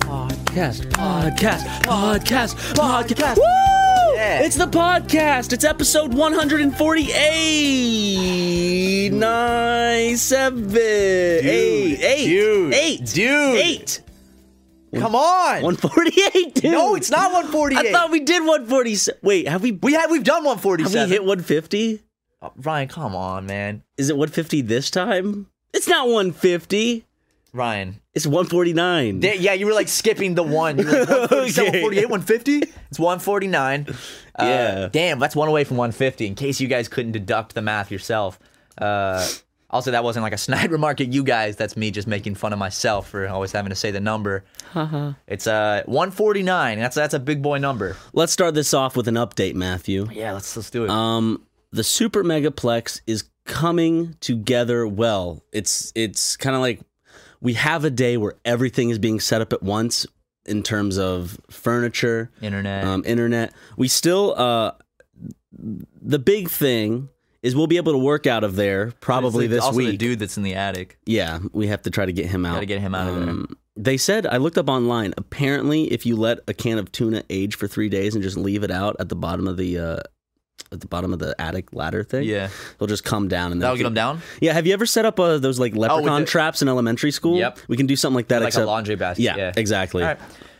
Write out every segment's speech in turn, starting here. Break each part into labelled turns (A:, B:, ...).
A: podcast, podcast, podcast, podcast. Woo! It's the podcast. It's episode 148. Nine, seven, eight, eight,
B: dude,
A: eight,
B: dude.
A: eight.
B: Come on.
A: 148, dude.
B: No, it's not 148.
A: I thought we did 147. Wait, have we,
B: we had we've done
A: have
B: 147.
A: we hit 150?
B: Oh, Ryan, come on, man.
A: Is it 150 this time? It's not 150.
B: Ryan.
A: It's 149.
B: They- yeah, you were like skipping the one. You were like 147,
A: Okay.
B: 148, 150. It's 149. Uh,
A: Yeah.
B: Damn, that's one away from 150. In case you guys couldn't deduct the math yourself. Uh, also, that wasn't like a snide remark at you guys. That's me just making fun of myself for always having to say the number. it's uh 149. That's that's a big boy number.
A: Let's start this off with an update, Matthew.
B: Yeah, let's let's do it.
A: Um, the Super Megaplex is coming together well. It's it's kind of like we have a day where everything is being set up at once in terms of furniture,
B: Internet.
A: um, internet. We still uh, the big thing is we'll be able to work out of there probably
B: It's
A: this
B: also
A: week.
B: the dude that's in the attic.
A: Yeah, we have to try to get him out.
B: Gotta get him out of
A: there. They said I looked up online. Apparently, if you let a can of tuna age for three days and just leave it out at the bottom of the uh, at the bottom of the attic ladder thing,
B: Yeah.
A: it'll just come down and
B: That'll
A: then-
B: get him down. Oh,
A: Yeah, have you ever set up uh, those like leprechaun
B: the-
A: traps in elementary school?
B: Yep.
A: we can do something like that.
B: Like
A: except
B: a laundry basket.
A: yeah,
B: Yeah,
A: exactly.
B: All right.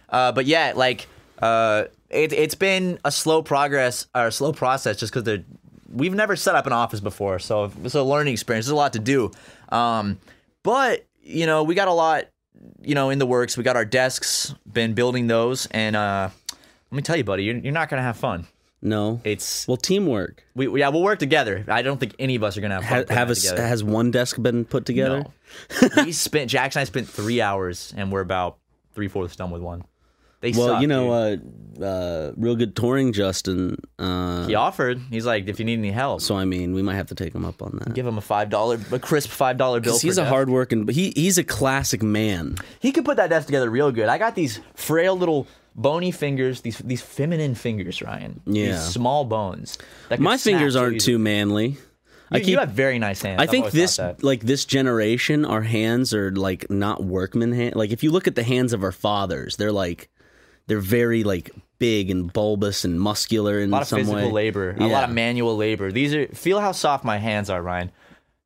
B: Uh, but yeah, like uh, it, it's been a slow progress or a slow process just because they're we've never set up an office before, so it's a learning experience. There's a lot to do, um, but you know we got a lot you know in the works. We got our desks, been building those, and uh, let me tell you, buddy, you're, you're not gonna have fun.
A: No,
B: It's
A: well teamwork.
B: we we- yeah we'll work together. I don't think any of us are gonna have fun.
A: Ha-
B: putting
A: have
B: that
A: a s-
B: together.
A: has one desk been put together?
B: No. we spent Jax and I spent three hours, and we're about three fourths done with one. They
A: Well,
B: suck,
A: you
B: dude.
A: know, uh, uh, real good touring Justin. Uh,
B: he offered. He's like, if you need any help,
A: So I mean, we might have to take him up on that.
B: give him a five dollar, a crisp five dollar bill.
A: 'Cause
B: for
A: he's a
B: death.
A: hard working, but he he's a classic man.
B: He could put that desk together real good. I got these frail little bony fingers, these these feminine fingers, Ryan.
A: Yeah.
B: These small bones. that could
A: My
B: snap
A: fingers
B: so
A: aren't
B: easily.
A: too manly.
B: You,
A: I
B: you
A: keep.
B: have very nice hands.
A: I
B: I've
A: think
B: always thought
A: this
B: that.
A: like this generation, our hands are like not workman hand. Like if you look at the hands of our fathers, they're like they're very like big and bulbous and muscular in
B: a lot of
A: some
B: physical
A: way.
B: labor, a
A: Yeah.
B: lot of manual labor. These are feel how soft my hands are, Ryan.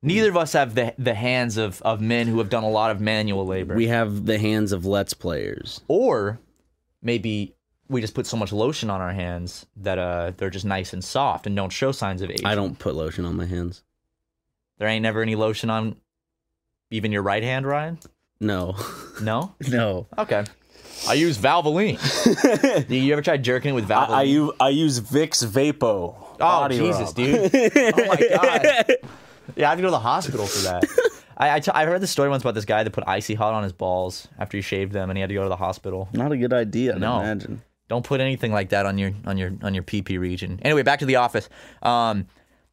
B: Neither of us have the the hands of of men who have done a lot of manual labor.
A: We have the hands of let's players.
B: or maybe we just put so much lotion on our hands that uh they're just nice and soft and don't show signs of age.
A: I don't put lotion on my hands.
B: There ain't never any lotion on even your right hand, Ryan.
A: No,
B: No.
A: no.
B: Okay. I use Valvoline. you, you ever tried jerking it with Valvoline?
C: use I use Vicks Vapo.
B: oh Jesus, dude! Oh my god! Yeah, I have to go to the hospital for that. I, I, t- I heard the story once about this guy that put icy hot on his balls after he shaved them, and he had to go to the hospital.
A: Not a good idea.
B: No.
A: I imagine.
B: Don't put anything like that on your on your on your PP region. Anyway, back to the office. Um,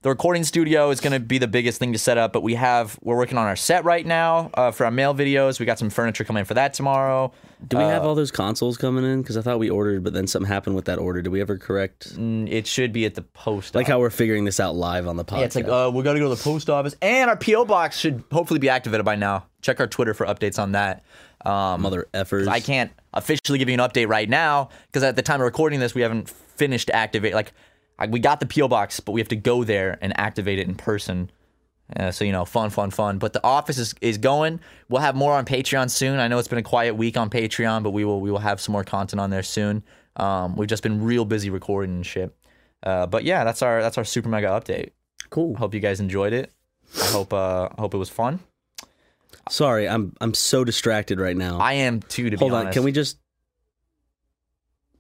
B: the recording studio is going to be the biggest thing to set up, but we have we're working on our set right now uh, for our mail videos. We got some furniture coming in for that tomorrow.
A: Do we
B: Uh,
A: have all those consoles coming in? Because I thought we ordered, but then something happened with that order. Did we ever correct?
B: Mm, It should be at the post.
A: Like how we're figuring this out live on the podcast.
B: Yeah, it's like uh, we got to go to the post office, and our PO box should hopefully be activated by now. Check our Twitter for updates on that. Um,
A: mother effers.
B: I can't officially give you an update right now because at the time of recording this, we haven't finished activate. Like, I, we got the PO box, but we have to go there and activate it in person. Uh, so you know, fun, fun, fun. But the office is, is going. We'll have more on Patreon soon. I know it's been a quiet week on Patreon, but we will we will have some more content on there soon. Um, we've just been real busy recording and shit. Uh, but yeah, that's our that's our super mega update.
A: Cool.
B: Hope you guys enjoyed it. I hope uh hope it was fun.
A: Sorry, I'm I'm so distracted right now.
B: I am too. To
A: Hold
B: be
A: on.
B: honest.
A: Can we just?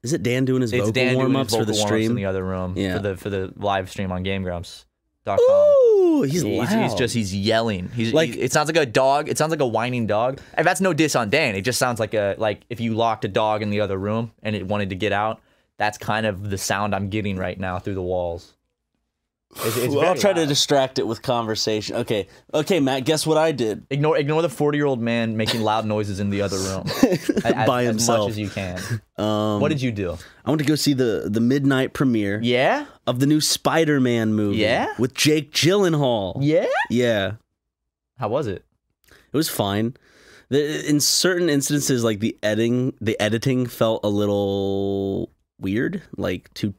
A: Is it Dan doing his
B: It's
A: vocal
B: Dan doing
A: warm
B: his
A: ups for
B: vocal
A: the
B: warm-ups
A: stream?
B: in the other room
A: Yeah.
B: for the for the live stream on GameGrumps.com.
A: Ooh, he's,
B: He's,
A: loud.
B: he's just he's yelling. He's
A: Like-
B: like it sounds like a dog. It sounds like a whining dog. And that's no diss on Dan. It just sounds like a like if you locked a dog in the other room and it wanted to get out. That's kind of the sound I'm getting right now through the walls. It's, it's
A: Well, I'll
B: very
A: try to
B: loud.
A: distract it with conversation. Okay, okay, Matt. Guess what I did?
B: ignore ignore the 40 year old man making loud noises in the other room A- as,
A: By
B: as
A: himself. Um,
B: much as you can. what did you do?
A: I want to go see the the midnight premiere
B: Yeah,
A: of the new Spider Man movie.
B: Yeah?
A: with Jake Gyllenhaal.
B: yeah.
A: yeah.
B: How was it?
A: It was fine. The, in certain instances, like the editing, the editing felt a little weird, like to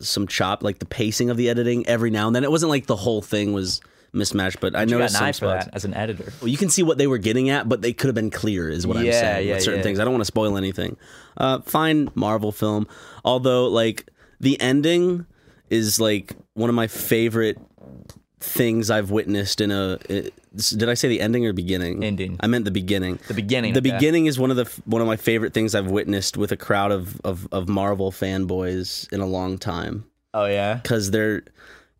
A: some chop, like the pacing of the editing every now and then. It wasn't like the whole thing was mismatched, but I
B: You got
A: noticed
B: an eye
A: some
B: for
A: spots.
B: that as an editor.
A: Well, you can see what they were getting at, but they could have been clear, is what I'm
B: Yeah,
A: saying.
B: yeah,
A: with certain
B: yeah.
A: things. I don't want to spoil anything. Uh, fine Marvel film, although like the ending is like one of my favorite things I've witnessed in a. it- did I say the ending or beginning?
B: Ending.
A: I meant the beginning.
B: The beginning.
A: The
B: okay.
A: beginning is one of the f- one of my favorite things I've witnessed with a crowd of of, of Marvel fanboys in a long time
B: Oh yeah.
A: because they're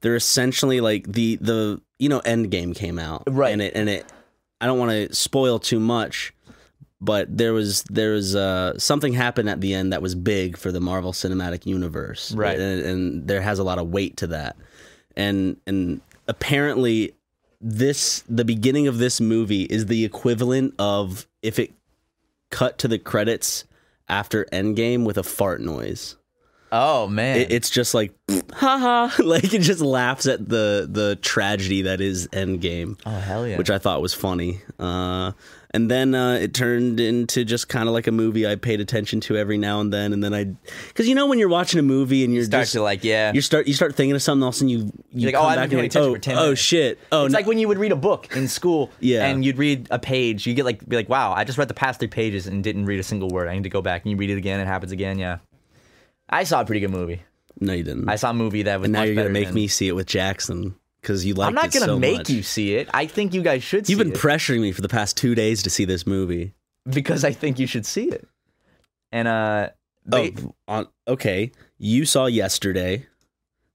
A: they're essentially like the the you know Endgame came out
B: Right.
A: and it and it I don't want to spoil too much but there was there was uh, something happened at the end that was big for the Marvel Cinematic Universe
B: Right.
A: and, and there has a lot of weight to that and and apparently this the beginning of this movie is the equivalent of if it cut to the credits after Endgame with a fart noise
B: Oh man.
A: it, it's just like ha ha like it just laughs at the the tragedy that is endgame
B: oh hell yeah.
A: which i thought was funny uh and then uh, it turned into just kind of like a movie I paid attention to every now and then, and then I, because you know when you're watching a movie and you're
B: start
A: just
B: to like yeah.
A: you start you start thinking of something else, and you you
B: like,
A: come
B: "Oh, I
A: back
B: haven't
A: and you're like,
B: paid attention
A: oh,
B: for 10
A: oh
B: minutes."
A: shit oh
B: it's
A: no.
B: like when you would read a book in school,
A: Yeah.
B: and you'd read a page. You get like be like, "Wow, I just read the past three pages and didn't read a single word. I need to go back." And you read it again. It happens again. Yeah, I saw a pretty good movie.
A: no you didn't
B: I saw a movie that was.
A: and now
B: much
A: you're gonna
B: better
A: make
B: than-
A: me see it with Jackson because you like
B: I'm not
A: it
B: gonna
A: so
B: make
A: much.
B: you see it. I think you guys should. see
A: You've been
B: it
A: pressuring me for the past two days to see this movie.
B: because I think you should see it. And uh,
A: Oh,
B: they-
A: on, okay. You saw yesterday.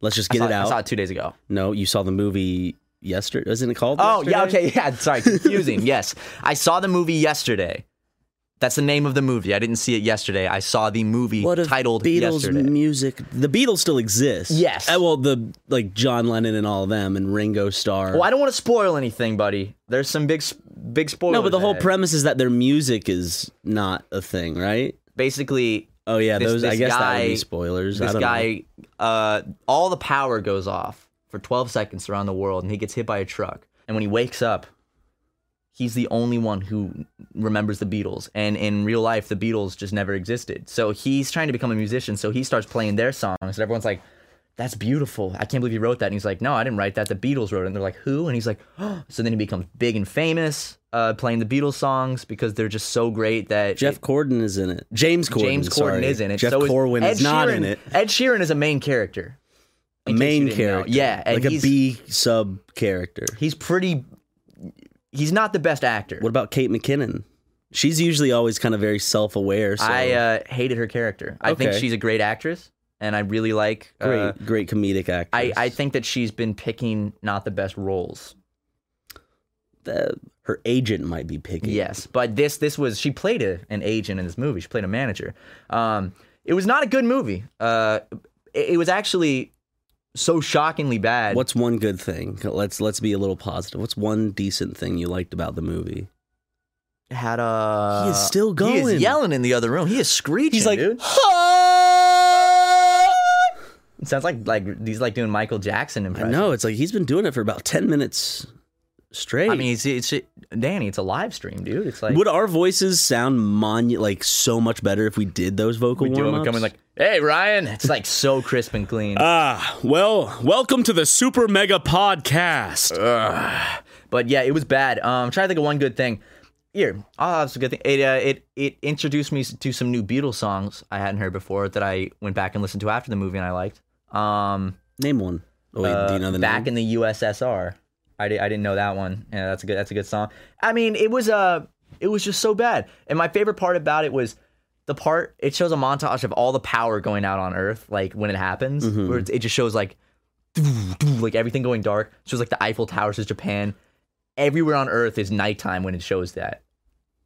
A: Let's just get
B: I saw,
A: it out.
B: I saw it two days ago.
A: no, you saw the movie yesterday. Isn't it called?
B: Oh yeah,
A: Yesterday?
B: okay, yeah. Sorry, confusing. yes, I saw the movie yesterday. That's the name of the movie. I didn't see it yesterday. I saw the movie
A: What if
B: titled
A: Beatles
B: yesterday.
A: music? The Beatles still exist.
B: Yes.
A: Uh, well, the like John Lennon and all of them and Ringo Starr.
B: well, Oh, I don't want to spoil anything, buddy. There's some big, s- big spoilers.
A: no, but the whole
B: ahead.
A: premise is that their music is not a thing, right?
B: basically,
A: Oh yeah,
B: This-
A: those. I
B: this
A: guess that would
B: guy-
A: be spoilers. I
B: this
A: don't know.
B: guy, uh, all the power goes off for 12 seconds around the world, and he gets hit by a truck. And when he wakes up, he's the only one who remembers the Beatles. And in real life, the Beatles just never existed. So he's trying to become a musician. So he starts playing their songs, and everyone's like, "That's beautiful! I can't believe you wrote that." And he's like, "No, I didn't write that. The Beatles wrote it." And they're like, "Who?" And he's like, oh. "So then he becomes big and famous, uh, playing the Beatles songs because they're just so great that
A: Jeff Corden is in it. James Corden.
B: James Corden
A: sorry.
B: is in it.
A: Jeff
B: so
A: Corwin
B: Ed
A: is not
B: Sheeran,
A: in it.
B: Ed Sheeran is a main character. In case you
A: main
B: didn't know.
A: character.
B: Yeah, and
A: like a
B: he's-
A: B sub character.
B: He's pretty. He's not the best actor.
A: What about Kate McKinnon? She's usually always kind of very self aware. So
B: I uh, hated her character. I think
A: Okay.
B: she's a great actress, and I really like. uh,
A: great, great comedic actress.
B: I, I think that she's been picking not the best roles.
A: Uh, her agent might be picking.
B: Yes, but this this was she played a, an agent in this movie. She played a manager. Um, it was not a good movie. Uh, it, it was actually so shockingly bad.
A: What's one good thing? Let's let's be a little positive. What's one decent thing you liked about the movie?
B: had a
A: He is still
B: He
A: going.
B: is yelling in the other room. He is screeching.
A: He's like,
B: dude. It sounds like like he's like doing Michael Jackson
A: I
B: impression.
A: know it's like he's been doing it for about ten minutes straight.
B: I mean, it's, it's Danny. It's a live stream, dude. It's like
A: would our voices sound monu- like so much better if we did those vocal
B: we do it.
A: warm-ups?
B: We come in like, hey Ryan. It's like so crisp and clean.
A: ah, well, welcome to the Super Mega Podcast.
B: Uh, But yeah, it was bad. Um, I'm trying to think of one good thing. Here, I'll have some good thing. It uh, it it introduced me to some new Beatles songs I hadn't heard before that I went back and listened to after the movie and I liked. Um,
A: Name one. Oh, wait, do you know the
B: Uh, back
A: name?
B: in the USSR. I, di- I didn't know that one. Yeah, that's a good that's a good song. I mean, it was uh it was just so bad. And my favorite part about it was the part it shows a montage of all the power going out on Earth, like when it happens,
A: Mm-hmm.
B: where it, it just shows like like everything going dark. It shows like the Eiffel Towers is Japan. Everywhere on Earth is nighttime when it shows that.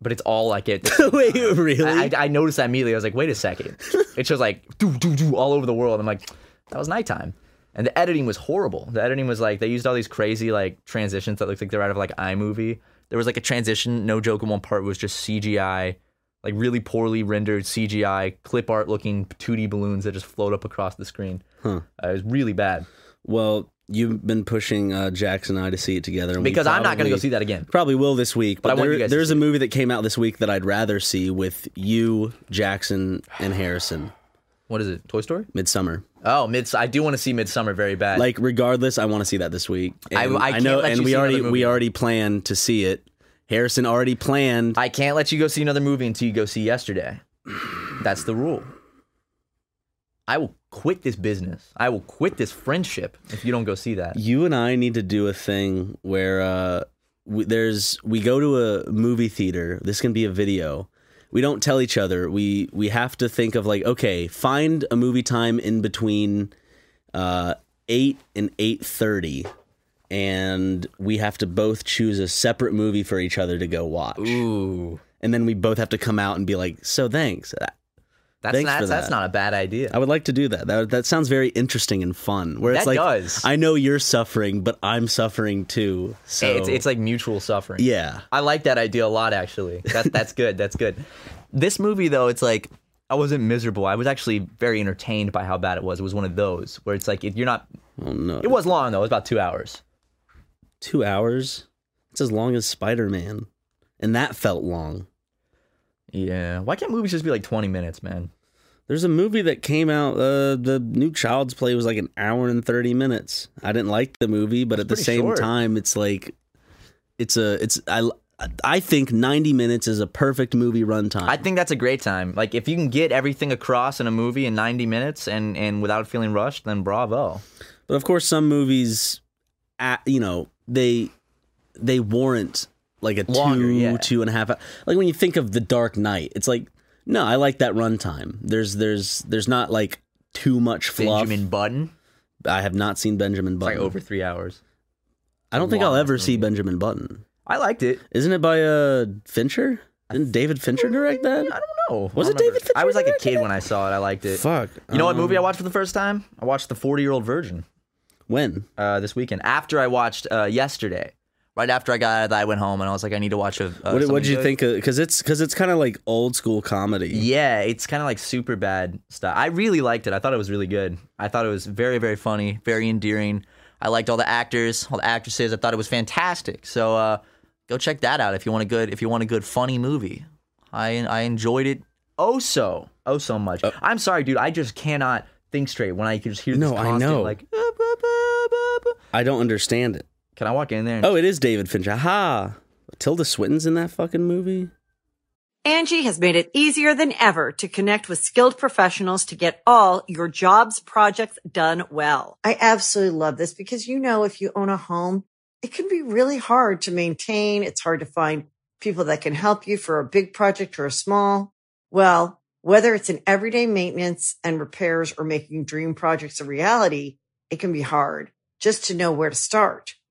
B: But it's all like it. Uh,
A: wait, really?
B: I, I I noticed that immediately. I was like, wait a second. It shows like do do do all over the world. I'm like, that was nighttime. And the editing was horrible. The editing was like they used all these crazy like transitions that looked like they're out of like iMovie. There was like a transition, no joke, in one part was just CGI, like really poorly rendered CGI clip art looking 2D balloons that just float up across the screen. Uh, it was really bad
A: well, you've been pushing uh, Jax and I to see it together. and we
B: because I'm not gonna go
A: probably-
B: see that again.
A: Probably will this week, but,
B: I want you
A: there-
B: guys to
A: there's
B: see
A: a movie that came out this week that I'd rather see with you, Jackson, and Harrison.
B: What is it? Toy Story?
A: Midsummer.
B: Oh, mid. I do want to see Midsummer very bad.
A: Like, regardless, I want to see that this week.
B: I-
A: And
B: I can't let
A: and
B: you
A: we
B: see another
A: already
B: movie.
A: we already planned to see it. Harrison already planned.
B: I can't let you go see another movie until you go see yesterday. That's the rule. I will quit this business. I will quit this friendship if you don't go see that.
A: you and I need to do a thing where uh, we, there's we go to a movie theater. This can be a video. We don't tell each other. We we have to think of like okay, find a movie time in between uh, eight and eight thirty, and we have to both choose a separate movie for each other to go watch,
B: Ooh,
A: and then we both have to come out and be like, so thanks.
B: that's
A: Thanks
B: not,
A: for
B: that's
A: that.
B: not a bad idea.
A: I would like to do that. That that sounds very interesting and fun. Where it's
B: That
A: like
B: does.
A: I know you're suffering, but I'm suffering too. So
B: it's it's like mutual suffering.
A: yeah.
B: I like that idea a lot actually. That's that's good. That's good. This movie though, it's like I wasn't miserable. I was actually very entertained by how bad it was. It was one of those where it's like it, you're not.
A: Oh no.
B: It was long though. It was about two hours.
A: two hours. It's as long as Spider Man, and that felt long.
B: Yeah. Why can't movies just be like 20 minutes, man?
A: There's a movie that came out. Uh, the new Child's Play was like an hour and thirty minutes. I didn't like the movie, but at the
B: pretty
A: same
B: short.
A: time, it's like it's a it's I I think ninety minutes is a perfect movie runtime.
B: I think that's a great time. Like if you can get everything across in a movie in 90 minutes and and without feeling rushed, then bravo.
A: But of course, some movies, at, you know, they they warrant like a
B: Longer,
A: two,
B: yeah.
A: two and a half. hou- Like when you think of The Dark Knight, it's like, no, I like that runtime. There's there's there's not like too much fluff.
B: Benjamin Button,
A: I have not seen Benjamin
B: like
A: Button.
B: over three hours.
A: I don't think I'll
B: long
A: ever see Benjamin Button.
B: I liked it.
A: Isn't it by uh Fincher? Didn't David Fincher direct
B: I
A: that?
B: don't know.
A: Was
B: I
A: it
B: don't remember.
A: David
B: I was
A: Fincher
B: like a
A: directed
B: kid when I saw it. I liked it.
A: Fuck.
B: You know what
A: Um,
B: movie I watched for the first time? I watched The 40 Year Old Virgin
A: When?
B: uh, this weekend after I watched uh, yesterday. Right after I got out of that, I went home and I was like, I need to watch a. Uh,
A: what
B: something
A: what did you
B: good.
A: think? Because it's because it's kind of like old school comedy.
B: Yeah, it's kind of like super bad stuff. I really liked it. I thought it was really good. I thought it was very, very funny, very endearing. I liked all the actors, all the actresses. I thought it was fantastic. So uh, go check that out if you want a good, if you want a good funny movie. I I enjoyed it oh so oh so much. I'm sorry, dude. I just cannot think straight when I can just hear
A: No,
B: this
A: I
B: constant,
A: know.
B: like. "Ah, bah, bah, bah, bah."
A: I don't understand it.
B: Can I walk in there? And
A: Oh, it is David Fincher. Ha! Tilda Swinton's in that fucking movie.
D: Angie has made it easier than ever to connect with skilled professionals to get all your jobs projects done well. I absolutely love this because, you know, if you own a home, it can be really hard to maintain. It's hard to find people that can help you for a big project or a small. Well, whether it's in everyday maintenance and repairs or making dream projects a reality, it can be hard just to know where to start.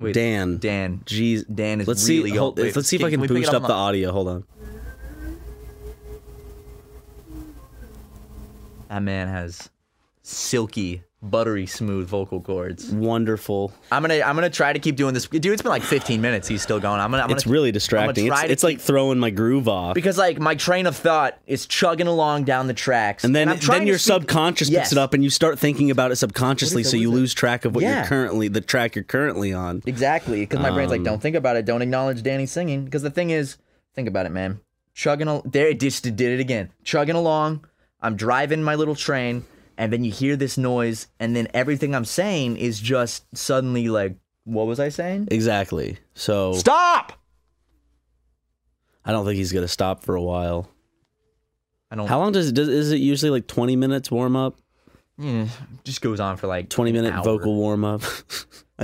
B: Wait,
A: Dan.
B: Dan.
A: Jeez,
B: Dan is
A: let's
B: really
A: see. Hold,
B: wait,
A: let's see if I can
B: we pick it
A: boost up
B: on
A: the audio. Hold on.
B: That man has silky, buttery, smooth vocal cords.
A: Wonderful.
B: I'm gonna I'm gonna try to keep doing this. Dude, it's been like 15 minutes. He's still going. I'm gonna. I'm
A: it's
B: gonna,
A: really
B: I'm gonna
A: distracting. It's,
B: try to
A: it's like
B: keep-
A: throwing my groove off.
B: because like my train of thought is chugging along down the tracks,
A: and then
B: I'm trying
A: then
B: to
A: your
B: speak-
A: subconscious
B: Yes.
A: picks it up and you start thinking about it subconsciously
B: What is it?
A: so
B: What
A: you
B: is it?
A: lose track of what
B: Yeah.
A: you're currently the track you're currently on.
B: Exactly, because my brain's like,
A: Um.
B: don't think about it. Don't acknowledge Danny singing. Because the thing is, think about it, man. Chugging, al- there it just did it again. Chugging along, I'm driving my little train, and then you hear this noise, and then everything I'm saying is just suddenly like, what was I saying?
A: Exactly. So
B: Stop!
A: I don't think he's gonna stop for a while.
B: I don't.
A: How long does it does, is it usually like 20 minutes warm up?
B: Yeah, just goes on for like
A: 20
B: an
A: minute
B: hour.
A: vocal warm up. I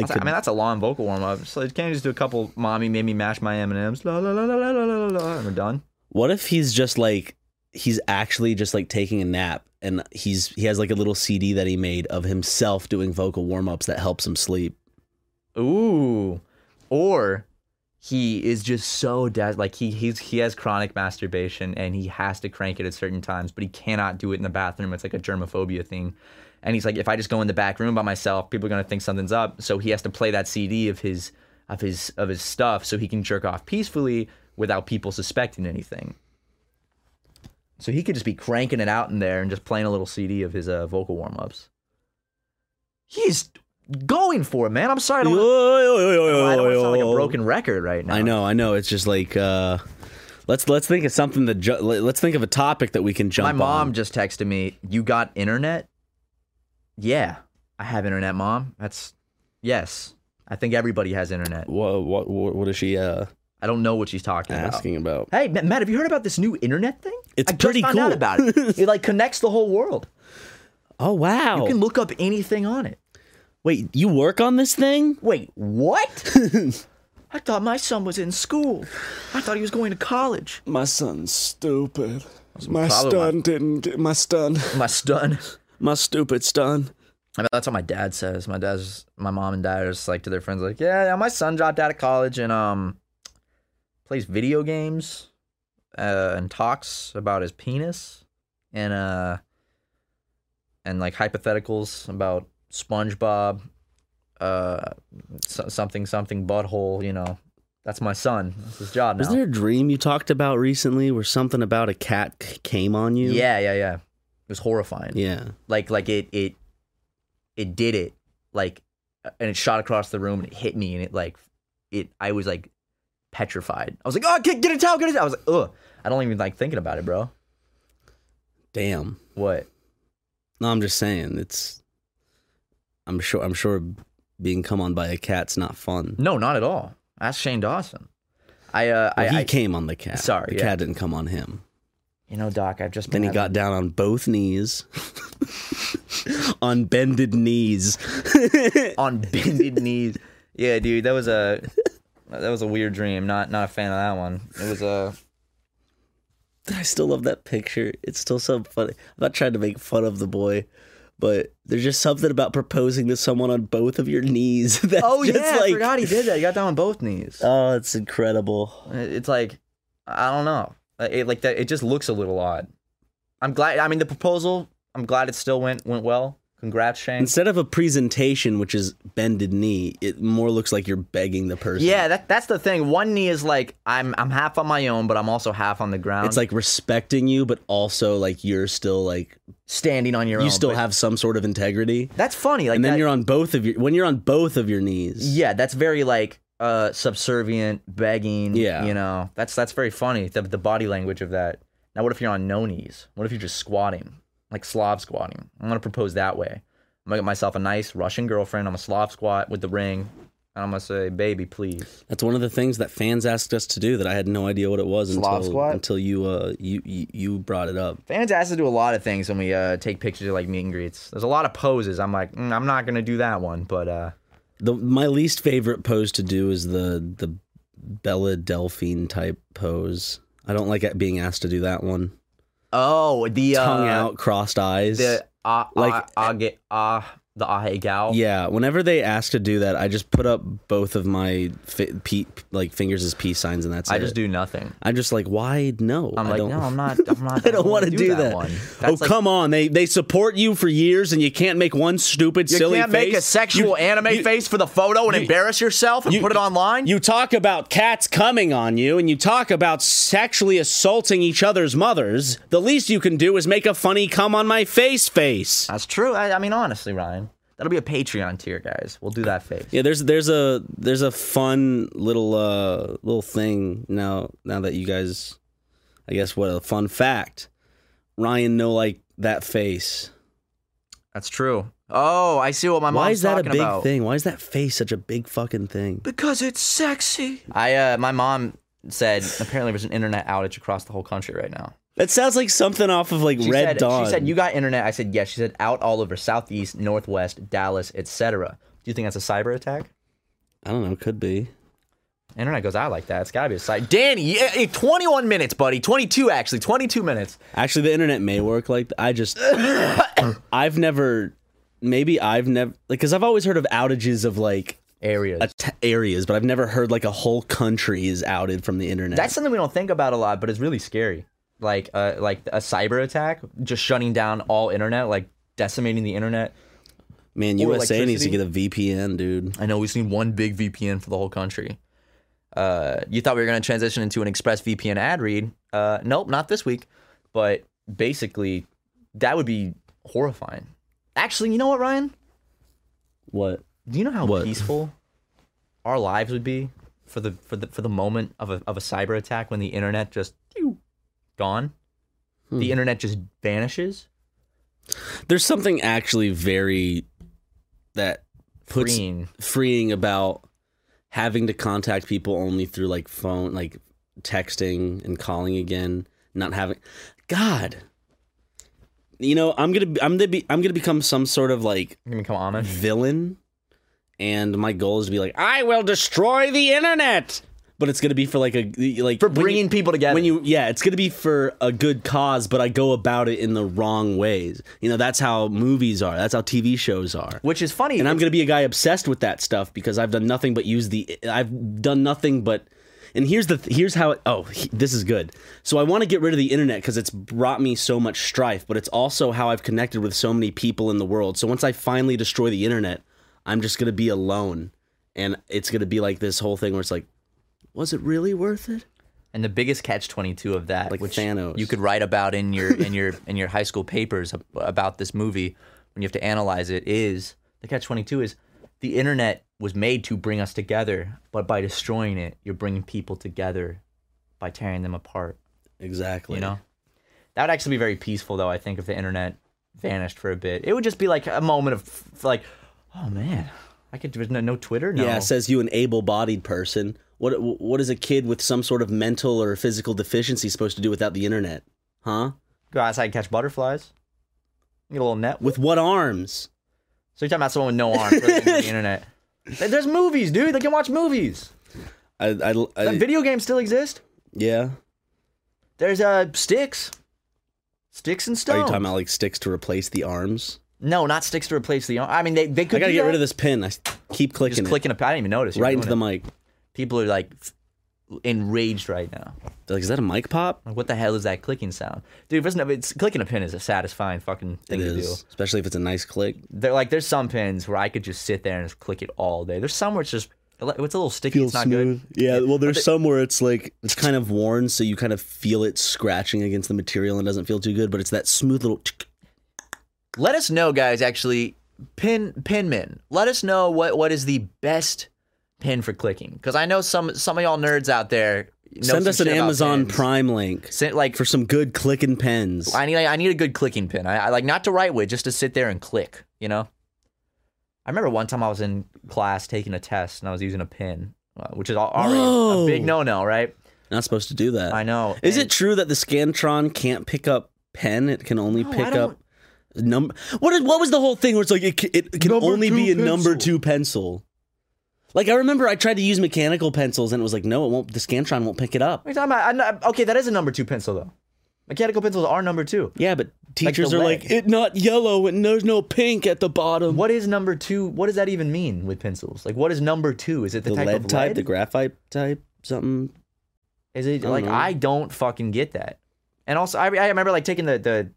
B: That's- I,
A: could,
B: mean, that's a long vocal warm up. So you can't just do a couple. Mommy made me mash my M and M's. La la la la la la la la. And we're done.
A: what if he's just like he's actually just like taking a nap and he's he has like a little CD that he made of himself doing vocal warm ups that helps him sleep.
B: Ooh. Or he is just so des- like he he's he has chronic masturbation and he has to crank it at certain times, but he cannot do it in the bathroom. It's like a germophobia thing. And he's like, if I just go in the back room by myself, people are gonna think something's up. So he has to play that CD of his of his of his stuff so he can jerk off peacefully without people suspecting anything. So he could just be cranking it out in there and just playing a little CD of his uh, vocal warm ups. He is going for it, man. I'm sorry. I don't wanna- I don't want to sound like a broken record right now.
A: I know, I know. It's just like uh, let's let's think of something that ju- let- let's think of a topic that we can jump.
B: My mom
A: on.
B: just texted me, "You got internet?" Yeah, I have internet, mom. That's yes. I think everybody has internet.
A: What what what is she uh,
B: I don't know what she's talking
A: asking about?
B: about. Hey, Ma- Matt, have you heard about this new internet thing?
A: It's
B: I just
A: pretty
B: found out
A: cool.
B: about it. it like connects the whole world.
A: Oh wow!
B: You can look up anything on it.
A: Wait, you work on this thing?
B: Wait, what? I thought my son was in school. I thought he was going to college.
C: My son's stupid. My
B: Probably my-
C: stun didn't get my stun.
B: My stun.
C: My stupid stun.
B: I mean, that's what my dad says. My dad's, my mom and dad are just like to their friends, like, yeah, yeah, my son dropped out of college and um, plays video games, uh, and talks about his penis, and uh, and like hypotheticals about SpongeBob, uh, so- something something butthole, you know. That's my son. That's his job now.
A: Was there a dream you talked about recently where something about a cat c- came on you?
B: yeah, yeah, yeah. It was horrifying.
A: yeah.
B: like like it it it did it like and it shot across the room and it hit me and it like it I was like petrified. I was like, oh, get, get a towel, get a towel. I was like, ugh, I don't even like thinking about it, bro.
A: Damn.
B: What?
A: No, I'm just saying it's. I'm sure. I'm sure being come on by a cat's not fun.
B: No, not at all. Ask Shane Dawson. I uh,
A: Well,
B: I,
A: he
B: I
A: came on the cat.
B: Sorry,
A: the
B: yeah.
A: cat didn't come on him.
B: you know, Doc, I've just been
A: Then he got
B: having-
A: down on both knees, on bended knees.
B: on bended knees. Yeah, dude, that was a that was a weird dream. Not not a fan of that one. It was a
A: I still love that picture. It's still so funny. I'm not trying to make fun of the boy, But there's just something about proposing to someone on both of your knees. That's
B: Oh
A: just
B: yeah, I
A: like,
B: forgot he did that. He got down on both knees.
A: Oh, it's incredible.
B: It's like I don't know. It like that. It just looks a little odd. I'm glad. I mean, the proposal. I'm glad it still went went well. Congrats, Shane.
A: Instead of a presentation, which is bended knee, it more looks like you're begging the person.
B: Yeah, that, that's the thing. One knee is like I'm I'm half on my own, but I'm also half on the ground.
A: It's like respecting you, but also like you're still like
B: standing on your own.
A: you still
B: but-
A: have some sort of integrity.
B: That's funny. Like
A: and then
B: that-
A: you're on both of your when you're on both of your knees.
B: Yeah, that's very like uh subservient, begging.
A: Yeah.
B: You know, that's that's very funny. The, the body language of that. Now, what if you're on no knees? What if you're just squatting, like Slav squatting? I'm gonna propose that way. I'm gonna get myself a nice Russian girlfriend. I'm a Slav squat with the ring, and I'm gonna say, "Baby, please."
A: That's one of the things that fans asked us to do that I had no idea what it was
B: Slav
A: until
B: squat?
A: until you uh you you, you brought it up.
B: Fans ask us to do a lot of things when we uh, take pictures of like meet and greets. There's a lot of poses. I'm like, "Mm, I'm not gonna do that one, but uh,
A: The my least favorite pose to do is the the Bella Delphine type pose. I don't like being asked to do that one.
B: oh, the
A: Tongue
B: uh,
A: out, crossed eyes.
B: the ah,
A: Like-
B: like ah, get ah, the ah, hey gal.
A: Yeah, whenever they ask to do that, I just put up both of my fi- p- like fingers as peace signs, and that's
B: I
A: it.
B: just do nothing.
A: I'm just like, why no?
B: I'm
A: I
B: like,
A: don't,
B: no, I'm not. I'm not.
A: I don't want to
B: wanna
A: do, that.
B: one.
A: Oh,
B: That's like-
A: come on! They they support you for years, and you can't make one stupid,
B: You
A: silly
B: can't
A: face.
B: make a sexual
A: You-
B: anime
A: you-
B: face for the photo and embarrass yourself and
A: you-
B: put it online.
A: You talk about cats coming on you, and you talk about sexually assaulting each other's mothers. The least you can do is make a funny "come on my face" face.
B: That's true. I, I mean, honestly, Ryan, that'll be a Patreon tier, guys. We'll do that face.
A: Yeah, there's there's a there's a fun little uh little thing now now that you guys I guess what a fun fact. Ryan no like that face.
B: That's true. Oh, I see what my
A: Why
B: mom's
A: is that a
B: talking
A: big
B: about.
A: thing? Why is that face such a big fucking thing?
B: Because it's sexy. I, uh, my mom said apparently there's an internet outage across the whole country right now.
A: That sounds like something off of like
B: She
A: Red
B: said,
A: Dawn.
B: She said, "You got internet." I said, "Yes." She said, "Out all over Southeast, Northwest, Dallas, etc." Do you think that's a cyber attack?
A: I don't know, could be.
B: Internet goes out like that. It's got to be a site. Danny, yeah, eh, 21 minutes, buddy. 22, actually. 22 minutes.
A: Actually, the internet may work like th- I just I've never maybe I've never like cuz I've always heard of outages of like
B: Areas.
A: t- areas, but I've never heard like a whole country is outed from the internet.
B: That's something we don't think about a lot, but it's really scary. Like, uh, like a cyber attack, just shutting down all internet, like decimating the internet.
A: Man,
B: Or
A: USA needs to
B: electricity.
A: get a VPN, dude.
B: I know we just need one big VPN for the whole country. Uh, you thought we were going to transition into an Express VPN ad read. Uh, nope, not this week. But basically, that would be horrifying. Actually, you know what, Ryan?
A: What?
B: Do you know how
A: What?
B: peaceful our lives would be for the for the for the moment of a of a cyber attack when the internet just pew, gone? The internet just vanishes.
A: There's something actually very that puts
B: Freeing.
A: freeing about having to contact people only through like phone, like texting and calling again. Not having, God, you know, I'm gonna, be- I'm gonna be, I'm gonna become some sort of like
B: You become Amish.
A: villain, and my goal is to be like, I will destroy the internet. But it's gonna be for like a like
B: For
A: when you-
B: bringing people together.
A: When you yeah, it's gonna be for a good cause, but I go about it in the wrong ways. You know, that's how movies are. That's how TV shows are.
B: Which is funny.
A: And I'm
B: it's-
A: gonna be a guy obsessed with that stuff because I've done nothing but use the. I've done nothing but. And here's the th- here's how it, oh he- this is good. So I want to get rid of the internet because it's brought me so much strife, but it's also how I've connected with so many people in the world. So once I finally destroy the internet, I'm just gonna be alone, and it's gonna be like this whole thing where it's like, was it really worth it?
B: and the biggest catch twenty two of that,
A: Like
B: which
A: Thanos.
B: you could write about in your in your in your high school papers ab- about this movie when you have to analyze it, is the catch twenty two is the internet was made to bring us together, but by destroying it, you're bringing people together by tearing them apart.
A: Exactly.
B: You know, that would actually be very peaceful, though. I think if the internet vanished for a bit, it would just be like a moment of f- like, oh man, I could there's no, no Twitter, no.
A: Yeah, says you an able-bodied person. What what is a kid with some sort of mental or physical deficiency supposed to do without the internet? Huh?
B: go outside and catch butterflies. Get a little net.
A: With what arms?
B: So you're talking about someone with no arms on the internet. Like, There's movies, dude. They can watch movies.
A: I, I, I-
B: The video games still exist.
A: yeah.
B: There's uh sticks, sticks and
A: Are
B: stones.
A: you talking about like sticks to replace the arms?
B: No, not sticks to replace the arm. I mean, they, they could
A: I gotta
B: do
A: get
B: that.
A: rid of this pin. I s- keep clicking
B: Just
A: it
B: clicking a I didn't even notice. You're
A: right into the
B: doing it.
A: mic.
B: People are like f- enraged right now.
A: They're like, is that a mic pop?
B: Like, what the hell is that clicking sound? Dude, if it's, if it's, clicking a pin is a satisfying fucking
A: It
B: thing to do.
A: is, especially if it's a nice click.
B: They're like, there's some pins where I could just sit there and just click it all day. There's some where it's just, it's a little sticky. it's not good.
A: Yeah, well, there's some where it's like it's kind of worn, so you kind of feel it scratching against the material and doesn't feel too good. But it's that smooth little.
B: Let us know, guys. Actually, pin pinmen. Let us know what what is the best pin for clicking. Because I know some some of y'all nerds out there. know
A: Send
B: some
A: us an
B: shit about
A: Amazon
B: pins.
A: Prime link
B: Send, like
A: for some good clicking pens.
B: I need I need a good clicking pin. I, I like not to write with, just to sit there and click. You know. I remember one time I was in class taking a test and I was using a pin, uh, which is al- already a
A: Whoa.
B: big no no, right?
A: Not supposed to do that.
B: I know.
A: Is
B: And-
A: it true that the Scantron can't pick up pen? It can only
B: No, I
A: pick
B: don't-
A: up number. What is, what was the whole thing where it's like it, c- it can only be a number two pencil? Like I remember, I tried to use mechanical pencils, and it was like, no, it won't. The Scantron won't pick it up.
B: What are you talking about? I'm not- okay, that is a number two pencil though. Mechanical pencils are number two.
A: Yeah, but teachers
B: the
A: are
B: lead.
A: like,
C: It not yellow and there's no pink at the bottom.
B: What is number two? What does that even mean with pencils? Like, what is number two? Is it the,
A: the
B: type
A: lead
B: of
A: type,
B: lead?
A: the graphite type, something.
B: Is it
A: I don't
B: like
A: know.
B: I don't fucking get that? And also, I, I remember like taking the the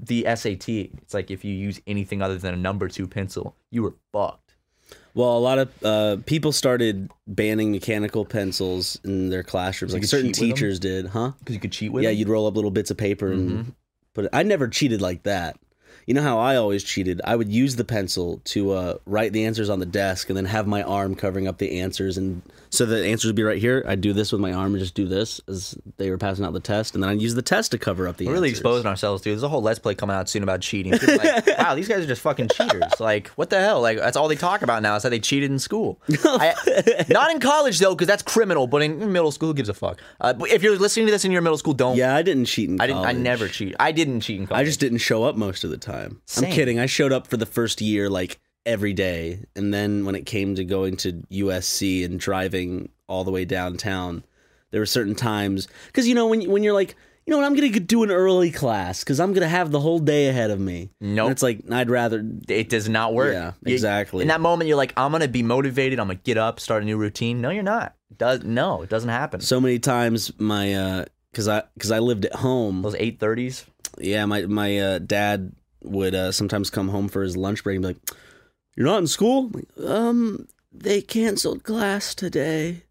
B: the SAT. It's like if you use anything other than a number two pencil, you were fucked.
A: Well, a lot of uh, people started banning mechanical pencils in their classrooms.
B: You
A: Like
B: could
A: certain
B: cheat with them?
A: teachers did, huh?
B: Because you could cheat with. Mm-hmm.
A: yeah,
B: it.
A: you'd roll up little bits of paper and put it. I never cheated like that. You know how I always cheated? I would use the pencil to uh, write the answers on the desk and then have my arm covering up the answers. And so the answers would be right here. I'd do this with my arm and just do this as they were passing out the test. And then I'd use the test to cover up the
B: We're really
A: answers.
B: exposing ourselves, dude. There's a whole Let's Play coming out soon about cheating. People are like, wow, these guys are just fucking cheaters. Like, what the hell? Like, that's all they talk about now is how they cheated in school. I- not in college, though, because that's criminal, but in middle school, who gives a fuck? Uh, but if you're listening to this in your middle school, don't.
A: Yeah, I didn't cheat in
B: I didn't. I
A: college.
B: never cheat. I didn't cheat in college.
A: I just didn't show up most of the time.
B: Same.
A: I'm kidding. I showed up for the first year like every day. And then when it came to going to USC and driving all the way downtown, there were certain times cuz you know when when you're like, you know what, I'm going to do an early class cuz I'm going to have the whole day ahead of me. No,
B: Nope.
A: And it's like I'd rather
B: it does not work.
A: Yeah,
B: You-
A: exactly.
B: in that moment, you're like, I'm gonna be motivated. I'm gonna get up, start a new routine. No, you're not. Does no, it doesn't happen.
A: so many times my uh cuz I cuz I lived at home.
B: Those eight thirties.
A: Yeah, my my uh, dad would uh, sometimes come home for his lunch break and be like, "You're not in school." I'm like, um, they canceled class today.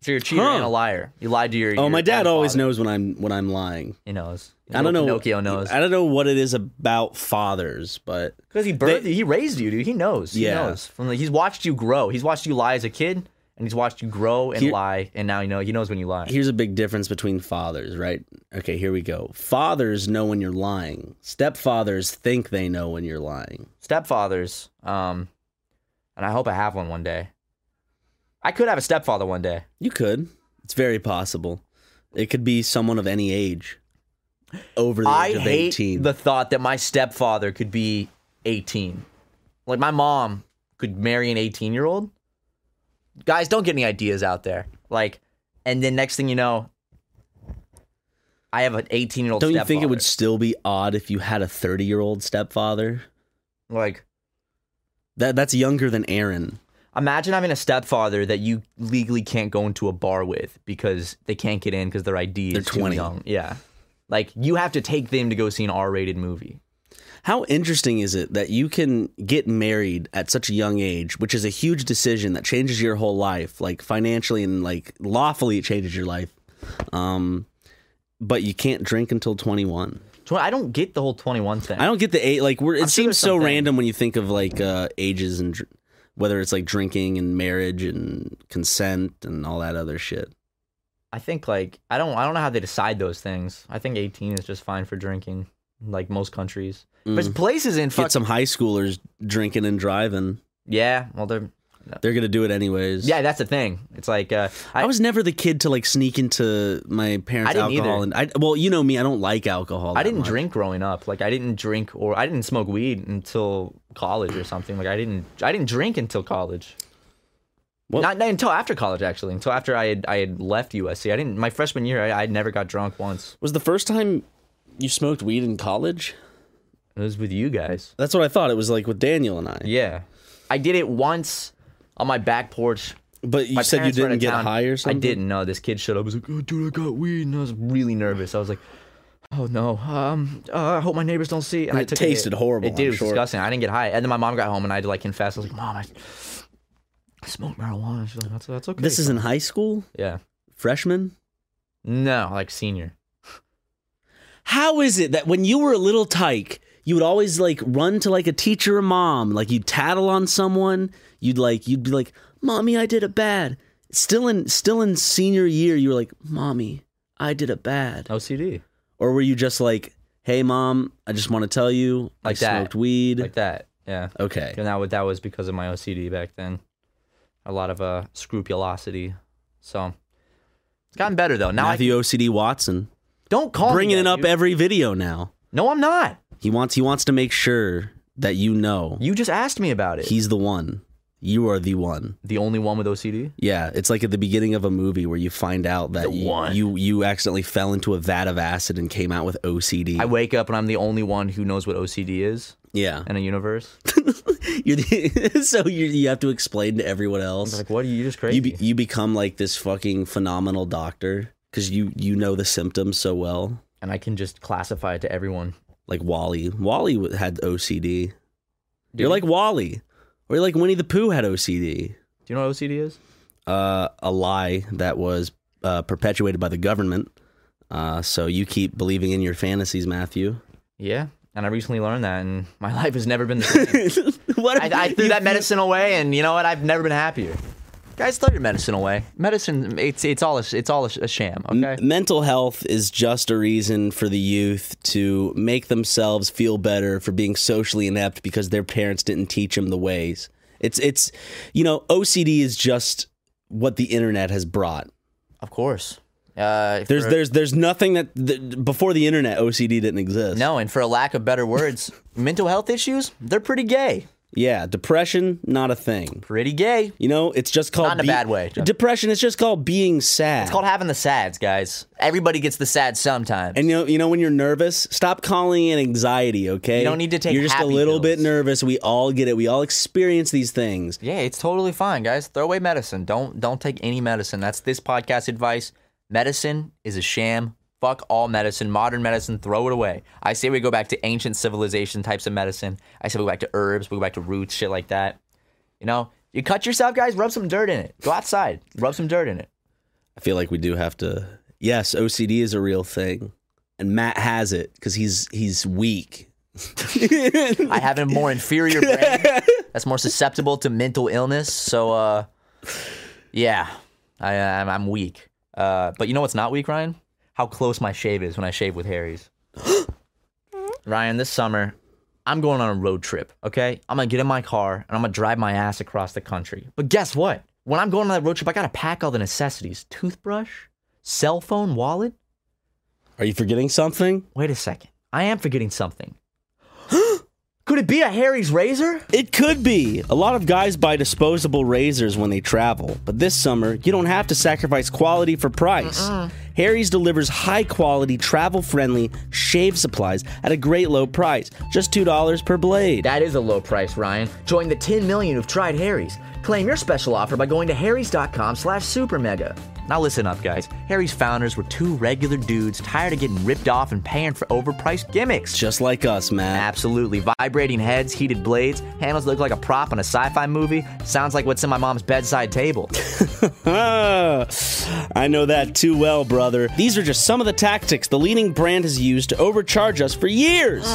B: So you're a cheater
A: Huh.
B: and a liar. You lied to your.
A: Oh,
B: your
A: my dad
B: own
A: always
B: father.
A: knows when I'm when I'm lying.
B: He knows.
A: I don't know.
B: Pinocchio knows.
A: I don't know what it is about fathers, but
B: Because he birthed
A: They-
B: you, he raised you, dude. He knows. He
A: Yeah.
B: knows. From the, he's watched you grow. He's watched you lie as a kid, and he's watched you grow and
A: Here-
B: lie. And now you know. He knows when you lie.
A: here's a big difference between fathers, right? Okay, here we go. Fathers know when you're lying. Stepfathers think they know when you're lying.
B: Stepfathers. Um, and I hope I have one one day. I could have a stepfather one day.
A: You could. It's very possible. It could be someone of any age. Over the
B: I
A: age of
B: hate
A: 18.
B: the thought that my stepfather could be 18. Like my mom could marry an 18 year old. Guys, don't get any ideas out there. Like, and then next thing you know, I have an 18 year old
A: Don't
B: stepfather.
A: you think it would still be odd if you had a 30 year old stepfather?
B: like?
A: That that's younger than Aaron.
B: Imagine having a stepfather that you legally can't go into a bar with because they can't get in because their ID is
A: They're
B: too
A: 20.
B: young. Yeah, like you have to take them to go see an R-rated movie.
A: How interesting is it that you can get married at such a young age, which is a huge decision that changes your whole life, like financially and like lawfully it changes your life. Um but you can't drink until 21.
B: Tw- I don't get the whole 21 thing.
A: I don't get the eight like we're, it
B: I'm sure
A: seems
B: there's
A: so
B: something.
A: random when you think of like uh ages and dr- whether it's like drinking and marriage and consent and all that other shit.
B: I think like I don't I don't know how they decide those things. I think 18 is just fine for drinking, like most countries. There's places in
A: Mm.
B: fuck
A: Get some high schoolers drinking and driving.
B: yeah. Well, they're
A: They're gonna do it anyways.
B: yeah. That's the thing. It's like uh, I,
A: I, was never the kid to like sneak into my parents'
B: I didn't either.
A: alcohol, and I well, you know me, I don't like alcohol.
B: I
A: that
B: didn't
A: much.
B: drink growing up. Like I didn't drink or I didn't smoke weed until college or something. Like I didn't I didn't drink until college.
A: Well-
B: Not, not until after college actually. Until after I had I had left USC. I didn't my freshman year. I, I never got drunk once.
A: Was the first time you smoked weed in college?
B: It was with you guys.
A: That's what I thought. It was like with Daniel and I.
B: Yeah. I did it once on my back porch.
A: But you
B: My
A: said you
B: parents were out
A: didn't
B: of
A: get
B: town.
A: high or something.
B: I didn't. No, this kid showed up. I was like, oh, dude, I got weed. And I was really nervous. I was like, oh, no. Um, uh, I hope my neighbors don't see. And, I
A: it
B: took a hit.
A: tasted horrible,
B: It did.
A: I'm
B: it was
A: sure.
B: disgusting. I didn't get high. And then my mom got home and I had to like confess. I was like, mom, I, I smoked marijuana. She's like, that's, that's okay.
A: This is in high school,
B: Yeah.
A: freshman.
B: No, like senior.
A: How is it that when you were a little tyke, you would always like run to like a teacher or mom, like you'd tattle on someone, you'd like you'd be like, "Mommy, I did it bad." Still in still in senior year, you were like, "Mommy, I did it bad."
B: OCD.
A: Or were you just like, "Hey mom, I just want to tell you
B: Like
A: I
B: that.
A: smoked weed."
B: Like that. Yeah.
A: Okay.
B: And that was, that was because of my OCD back then. A lot of uh, scrupulosity. So it's gotten better though. Now
A: Matthew OCD Watson
B: I don't call me
A: bringing
B: that,
A: it up
B: dude.
A: every video now.
B: no, I'm not.
A: He wants he wants to make sure that you know
B: You just asked me about it.
A: he's the one. You are the one.
B: the only one with OCD.
A: Yeah, it's like at the beginning of a movie where you find out that
B: The
A: you,
B: one.
A: you you accidentally fell into a vat of acid and came out with OCD.
B: I wake up and I'm the only one who knows what OCD is
A: yeah,
B: in a universe.
A: you're the, so you you have to explain to everyone
B: It's
A: else.
B: like, what are you? You're just crazy.
A: You be, you become like this fucking phenomenal doctor because you you know the symptoms so well.
B: and I can just classify it to everyone.
A: Like Wally, Wally w- had OCD. You're like Wally, or you're like Winnie the Pooh had OCD.
B: Do you know what OCD is?
A: uh, a lie that was uh, perpetuated by the government. Uh, so you keep believing in your fantasies, Matthew.
B: Yeah. And I recently learned that, and my life has never been the same.
A: what
B: I, I threw that medicine away, and you know what? I've never been happier. Guys, throw your medicine away. Medicine, it's it's all a, it's all a, sh- a sham. Okay.
A: Mental health is just a reason for the youth to make themselves feel better for being socially inept because their parents didn't teach them the ways. It's it's you know OCD is just what the internet has brought.
B: Of course. Uh,
A: There's
B: for-
A: there's there's nothing that, that before the internet OCD didn't exist.
B: no, and for a lack of better words, mental health issues. They're pretty gay.
A: Yeah, depression not a thing.
B: Pretty gay.
A: You know, it's just called
B: Not in a bad way, Jeff.
A: Depression is just called being sad.
B: It's called having the sads, guys. Everybody gets the sads sometimes.
A: and you know, you know when you're nervous, stop calling it anxiety. Okay,
B: You don't need to take
A: You're just a
B: happy
A: little bit
B: pills.
A: nervous. We all get it. We all experience these things.
B: yeah, it's totally fine, guys. Throw away medicine. Don't don't take any medicine. That's this podcast advice. Medicine is a sham. Fuck all medicine. Modern medicine, throw it away. I say we go back to ancient civilization types of medicine. I say we go back to herbs. We go back to roots, shit like that. You know, you cut yourself, guys. Rub some dirt in it. Go outside. rub some dirt in it.
A: I feel like we do have to. Yes, OCD is a real thing, and Matt has it because he's he's weak.
B: I have a more inferior brain that's more susceptible to mental illness. So, uh, yeah, I, I'm, I'm weak. Uh, but you know what's not weak, Ryan? How close my shave is when I shave with Harry's. Ryan, this summer, I'm going on a road trip, okay? I'm gonna get in my car and I'm gonna drive my ass across the country. But guess what? When I'm going on that road trip, I gotta pack all the necessities toothbrush, cell phone, wallet.
A: Are you forgetting something?
B: Wait a second. I am forgetting something. Could it be a Harry's razor?
A: It could be. A lot of guys buy disposable razors when they travel, but this summer, you don't have to sacrifice quality for price. Harry's delivers high quality, travel friendly shave supplies at a great low price just $2 per blade.
B: That is a low price, Ryan. Join the 10 million who've tried Harry's. Claim your special offer by going to harrys.com slash supermega. Now listen up, guys. Harry's founders were two regular dudes tired of getting ripped off and paying for overpriced gimmicks.
A: Just like us, man.
B: Absolutely. Vibrating heads, heated blades, handles look like a prop in a sci fi movie. Sounds like what's in my mom's bedside table.
A: I know that too well, brother. These are just some of the tactics the leading brand has used to overcharge us for years.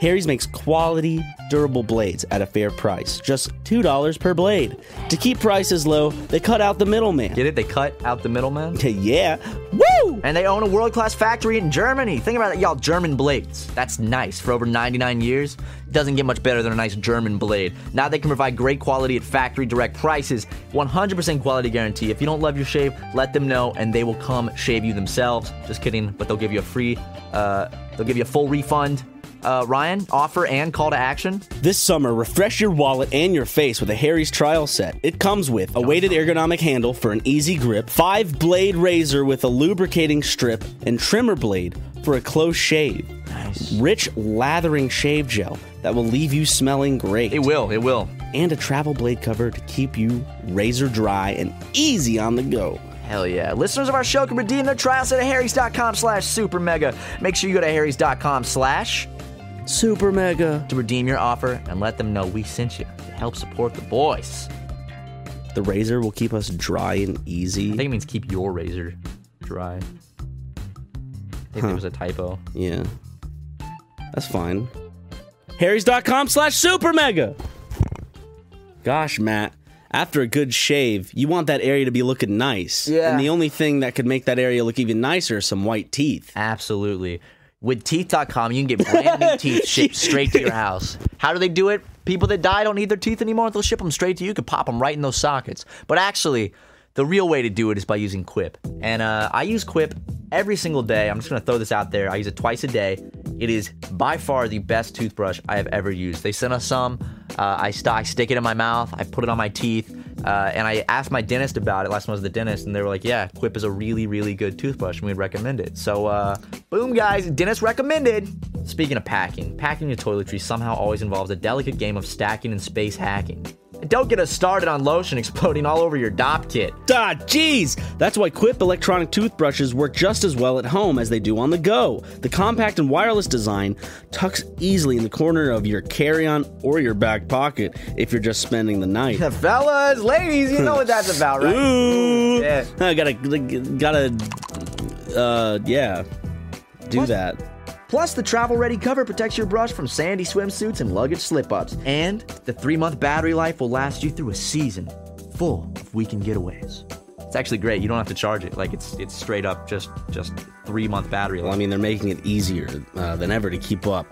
A: Harry's makes quality, durable blades at a fair price, just $2 per blade. To keep prices low, they cut out the middleman.
B: Get it? They cut out the middleman.
A: yeah. Woo!
B: And they own a world class factory in Germany. Think about that, y'all. German blades. That's nice. For over 99 years, it doesn't get much better than a nice German blade. Now they can provide great quality at factory direct prices. 100% quality guarantee. If you don't love your shave, let them know and they will come shave you themselves. Just kidding, but they'll give you a free, uh, they'll give you a full refund. Uh, Ryan, offer and call to action.
A: This summer, refresh your wallet and your face with a Harry's trial set. It comes with a weighted ergonomic handle for an easy grip, five blade razor with a lubricating strip, and trimmer blade for a close shave.
B: Nice.
A: rich lathering shave gel that will leave you smelling great.
B: It will. It will.
A: And a travel blade cover to keep you razor dry and easy on the go.
B: Hell yeah. Listeners of our show can redeem their trials at harrys.com slash super mega. Make sure you go to harrys.com slash
A: Super mega.
B: to redeem your offer and let them know we sent you to help support the boys.
A: The razor will keep us dry and easy.
B: I think it means keep your razor dry. I think there was a typo.
A: yeah. That's fine. Harry's.com slash super mega. Gosh, Matt. After a good shave, you want that area to be looking nice.
B: Yeah.
A: And the only thing that could make that area look even nicer is some white teeth.
B: Absolutely. With teeth.com, you can get brand new teeth shipped straight to your house. How do they do it? People that die don't need their teeth anymore. They'll ship them straight to you. You can pop them right in those sockets. But actually, the real way to do it is by using Quip. And uh, I use Quip every single day. I'm just going to throw this out there. I use it twice a day. It is by far the best toothbrush I have ever used. They sent us some. Uh, I, st- I stick it in my mouth. I put it on my teeth. Uh, and I asked my dentist about it last time I was at the dentist, and they were like, "Yeah, Quip is a really, really good toothbrush, and we'd recommend it." So, uh, boom, guys, dentist recommended. Speaking of packing, packing your toiletries somehow always involves a delicate game of stacking and space hacking. And don't get us started on lotion exploding all over your dop kit.
A: Ah, jeez! That's why Quip electronic toothbrushes work just as well at home as they do on the go. The compact and wireless design tucks easily in the corner of your carry-on or your back pocket if you're just spending the night.
B: Fellas, ladies, you know what that's about, right?
A: Ooh!
B: Yeah.
A: I gotta, gotta, uh, yeah, do that.
B: Plus, the travel ready cover protects your brush from sandy swimsuits and luggage slip ups. And the three month battery life will last you through a season full of weekend getaways. It's actually great. You don't have to charge it. Like it's it's straight up just just three month battery
A: Well, I
B: life.
A: mean, they're making it easier uh, than ever to keep up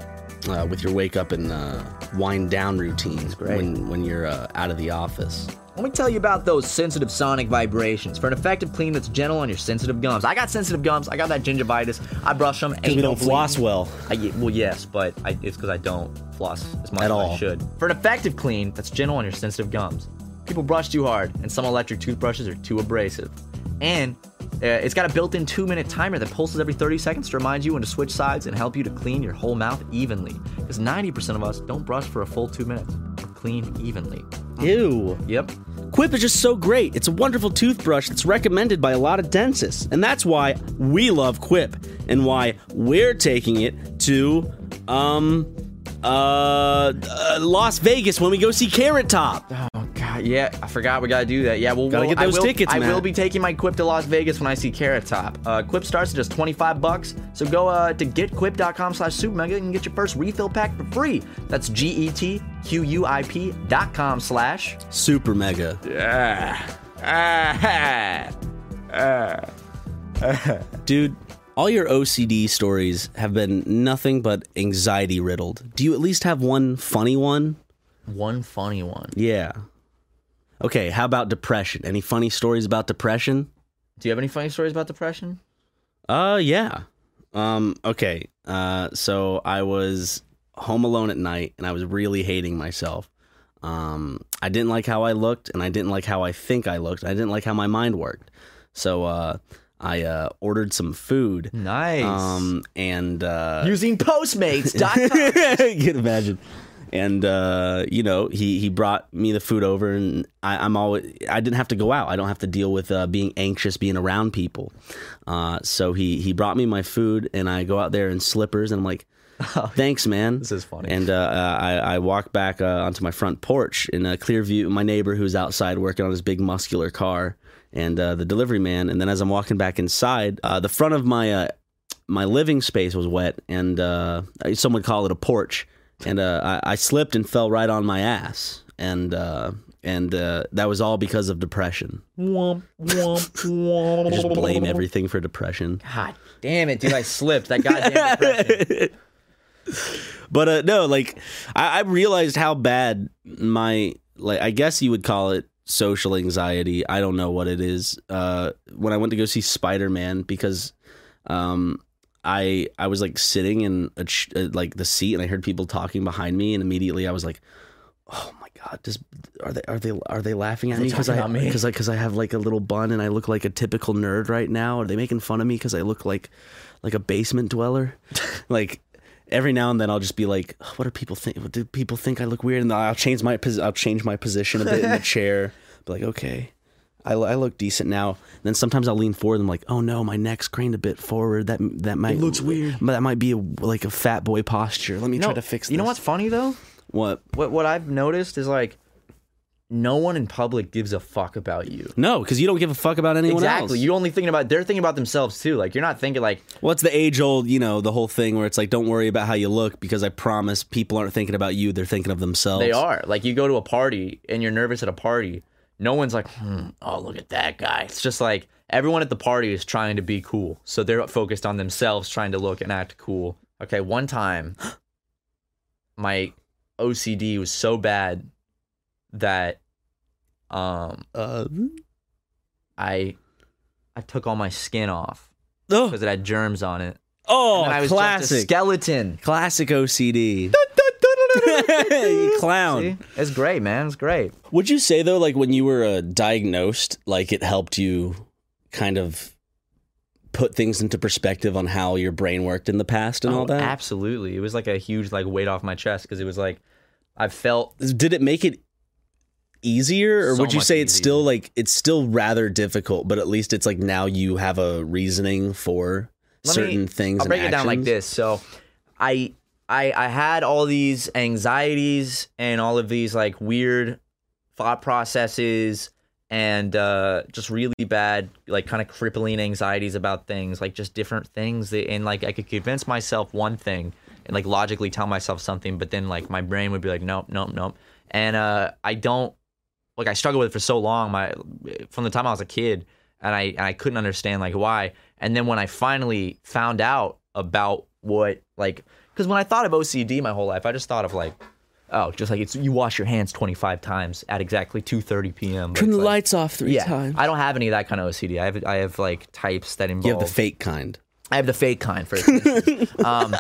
A: uh, with your wake up and uh, wind down routines
B: great.
A: when when you're uh, out of the office.
B: Let me tell you about those sensitive sonic vibrations for an effective clean that's gentle on your sensitive gums. I got sensitive gums. I got that gingivitis. I brush them.
A: Because we don't floss well.
B: I, ye- well, yes, but I, it's because I don't floss as much
A: At
B: as
A: all.
B: I should. For an effective clean that's gentle on your sensitive gums, people brush too hard, and some electric toothbrushes are too abrasive. And uh, it's got a built-in two-minute timer that pulses every 30 seconds to remind you when to switch sides and help you to clean your whole mouth evenly. Because 90% of us don't brush for a full two minutes. or Clean evenly.
A: Ew.
B: Yep.
A: Quip is just so great. It's a wonderful toothbrush that's recommended by a lot of dentists. And that's why we love Quip and why we're taking it to um uh, uh Las Vegas when we go see Carrot Top.
B: God, yeah, I forgot we gotta do that. Yeah, well,
A: Gotta
B: we'll-
A: get those
B: I will,
A: tickets,
B: I
A: Matt.
B: will be taking my Quip to Las Vegas when I see Carrot Top. Uh, Quip starts at just twenty five bucks, so go uh, to getquip.com/supermega and get your first refill pack for free. That's g e t q u i p dot com slash.
A: Super mega. Dude, all your OCD stories have been nothing but anxiety riddled. Do you at least have one funny one?
B: One funny one.
A: Yeah. Okay, how about depression? Any funny stories about depression?
B: Do you have any funny stories about depression?
A: Uh, yeah. Um, okay. Uh, so I was home alone at night and I was really hating myself. Um, I didn't like how I looked and I didn't like how I think I looked. I didn't like how my mind worked. So, uh, I, uh, ordered some food.
B: Nice.
A: Um, and, uh,
B: Using Postmates.com.
A: can imagine. And uh, you know, he he brought me the food over, and I, I'm always I didn't have to go out. I don't have to deal with uh, being anxious, being around people. Uh, so he he brought me my food, and I go out there in slippers, and I'm like. Thanks, man. This
B: is funny.
A: And uh, uh, I, I walk back uh, onto my front porch in a clear view. My neighbor who's outside working on his big muscular car, and uh, the delivery man. And then as I'm walking back inside, uh, the front of my uh, my living space was wet, and uh, some would call it a porch. And uh, I, I slipped and fell right on my ass, and uh, and uh, that was all because of depression. I just blame everything for depression.
B: God damn it, dude! I slipped. That goddamn depression.
A: But uh, no, like I, I realized how bad my like I guess you would call it social anxiety. I don't know what it is. Uh, when I went to go see Spider Man because um, I I was like sitting in a ch- uh, like the seat and I heard people talking behind me and immediately I was like, oh my god, just are they are they are they laughing at me because I
B: talking about me?
A: because I because I have like a little bun and I look like a typical nerd right now? Are they making fun of me because I look like like a basement dweller? like every now and then I'll just be like, "Oh, "What are people think? What do people think I look weird?" And I'll change my posi- I'll change my position a bit in the chair. Be like, "Okay, I, lo- I look decent now." And then sometimes I'll lean forward. and I'm like, "Oh no, my neck's craned a bit forward. That that might looks weird. That might be a, like a fat boy posture. Let me try to fix. This.
B: You know what's funny though?
A: What?
B: What what I've noticed is like no one in public gives a fuck about you.
A: No, because you don't give a fuck about anyone else.
B: exactly. You're only thinking about they're thinking about themselves too. Like you're not thinking like
A: What's the age old, you know, the whole thing where it's like, don't worry about how you look because I promise people aren't thinking about you. They're thinking of themselves.
B: they are. Like you go to a party and you're nervous at a party. No one's like, hmm, oh look at that guy. It's just like everyone at the party is trying to be cool. So they're focused on themselves trying to look and act cool. Okay, one time my OCD was so bad that um
A: Uh,
B: I I took all my skin off
A: oh,
B: because it had germs on it.
A: oh
B: and I was just a
A: classic.
B: skeleton.
A: classic OCD. you clown.
B: See? It's great, man. It's great.
A: Would you say, though, like when you were uh, diagnosed, like it helped you kind of put things into perspective on how your brain worked in the past and
B: Oh,
A: all that?
B: Absolutely. It was like a huge like weight off my chest because it was like I felt
A: did it make it easier or
B: So
A: would you
B: much
A: say it's
B: easier.
A: still like it's still rather difficult but at least it's like now you have a reasoning for
B: Let me-
A: certain things
B: I'll
A: and
B: break it down like
A: actions?
B: this. So I I I had all these anxieties and all of these like weird thought processes and uh just really bad like kind of crippling anxieties about things like just different things that, and like I could convince myself one thing and like logically tell myself something but then like my brain would be like nope nope nope and uh I don't like I struggled with it for so long my from the time I was a kid and I and I couldn't understand like why and then when I finally found out about what like cuz when I thought of OCD my whole life I just thought of like oh just like it's you wash your hands 25 times at exactly 2:30 p.m. but
A: turn
B: it's
A: the
B: like-
A: lights off three
B: yeah,
A: times
B: I don't have any of that kind of OCD. I have I have like types that involve
A: you have the fake kind
B: I have the fake kind for instance. um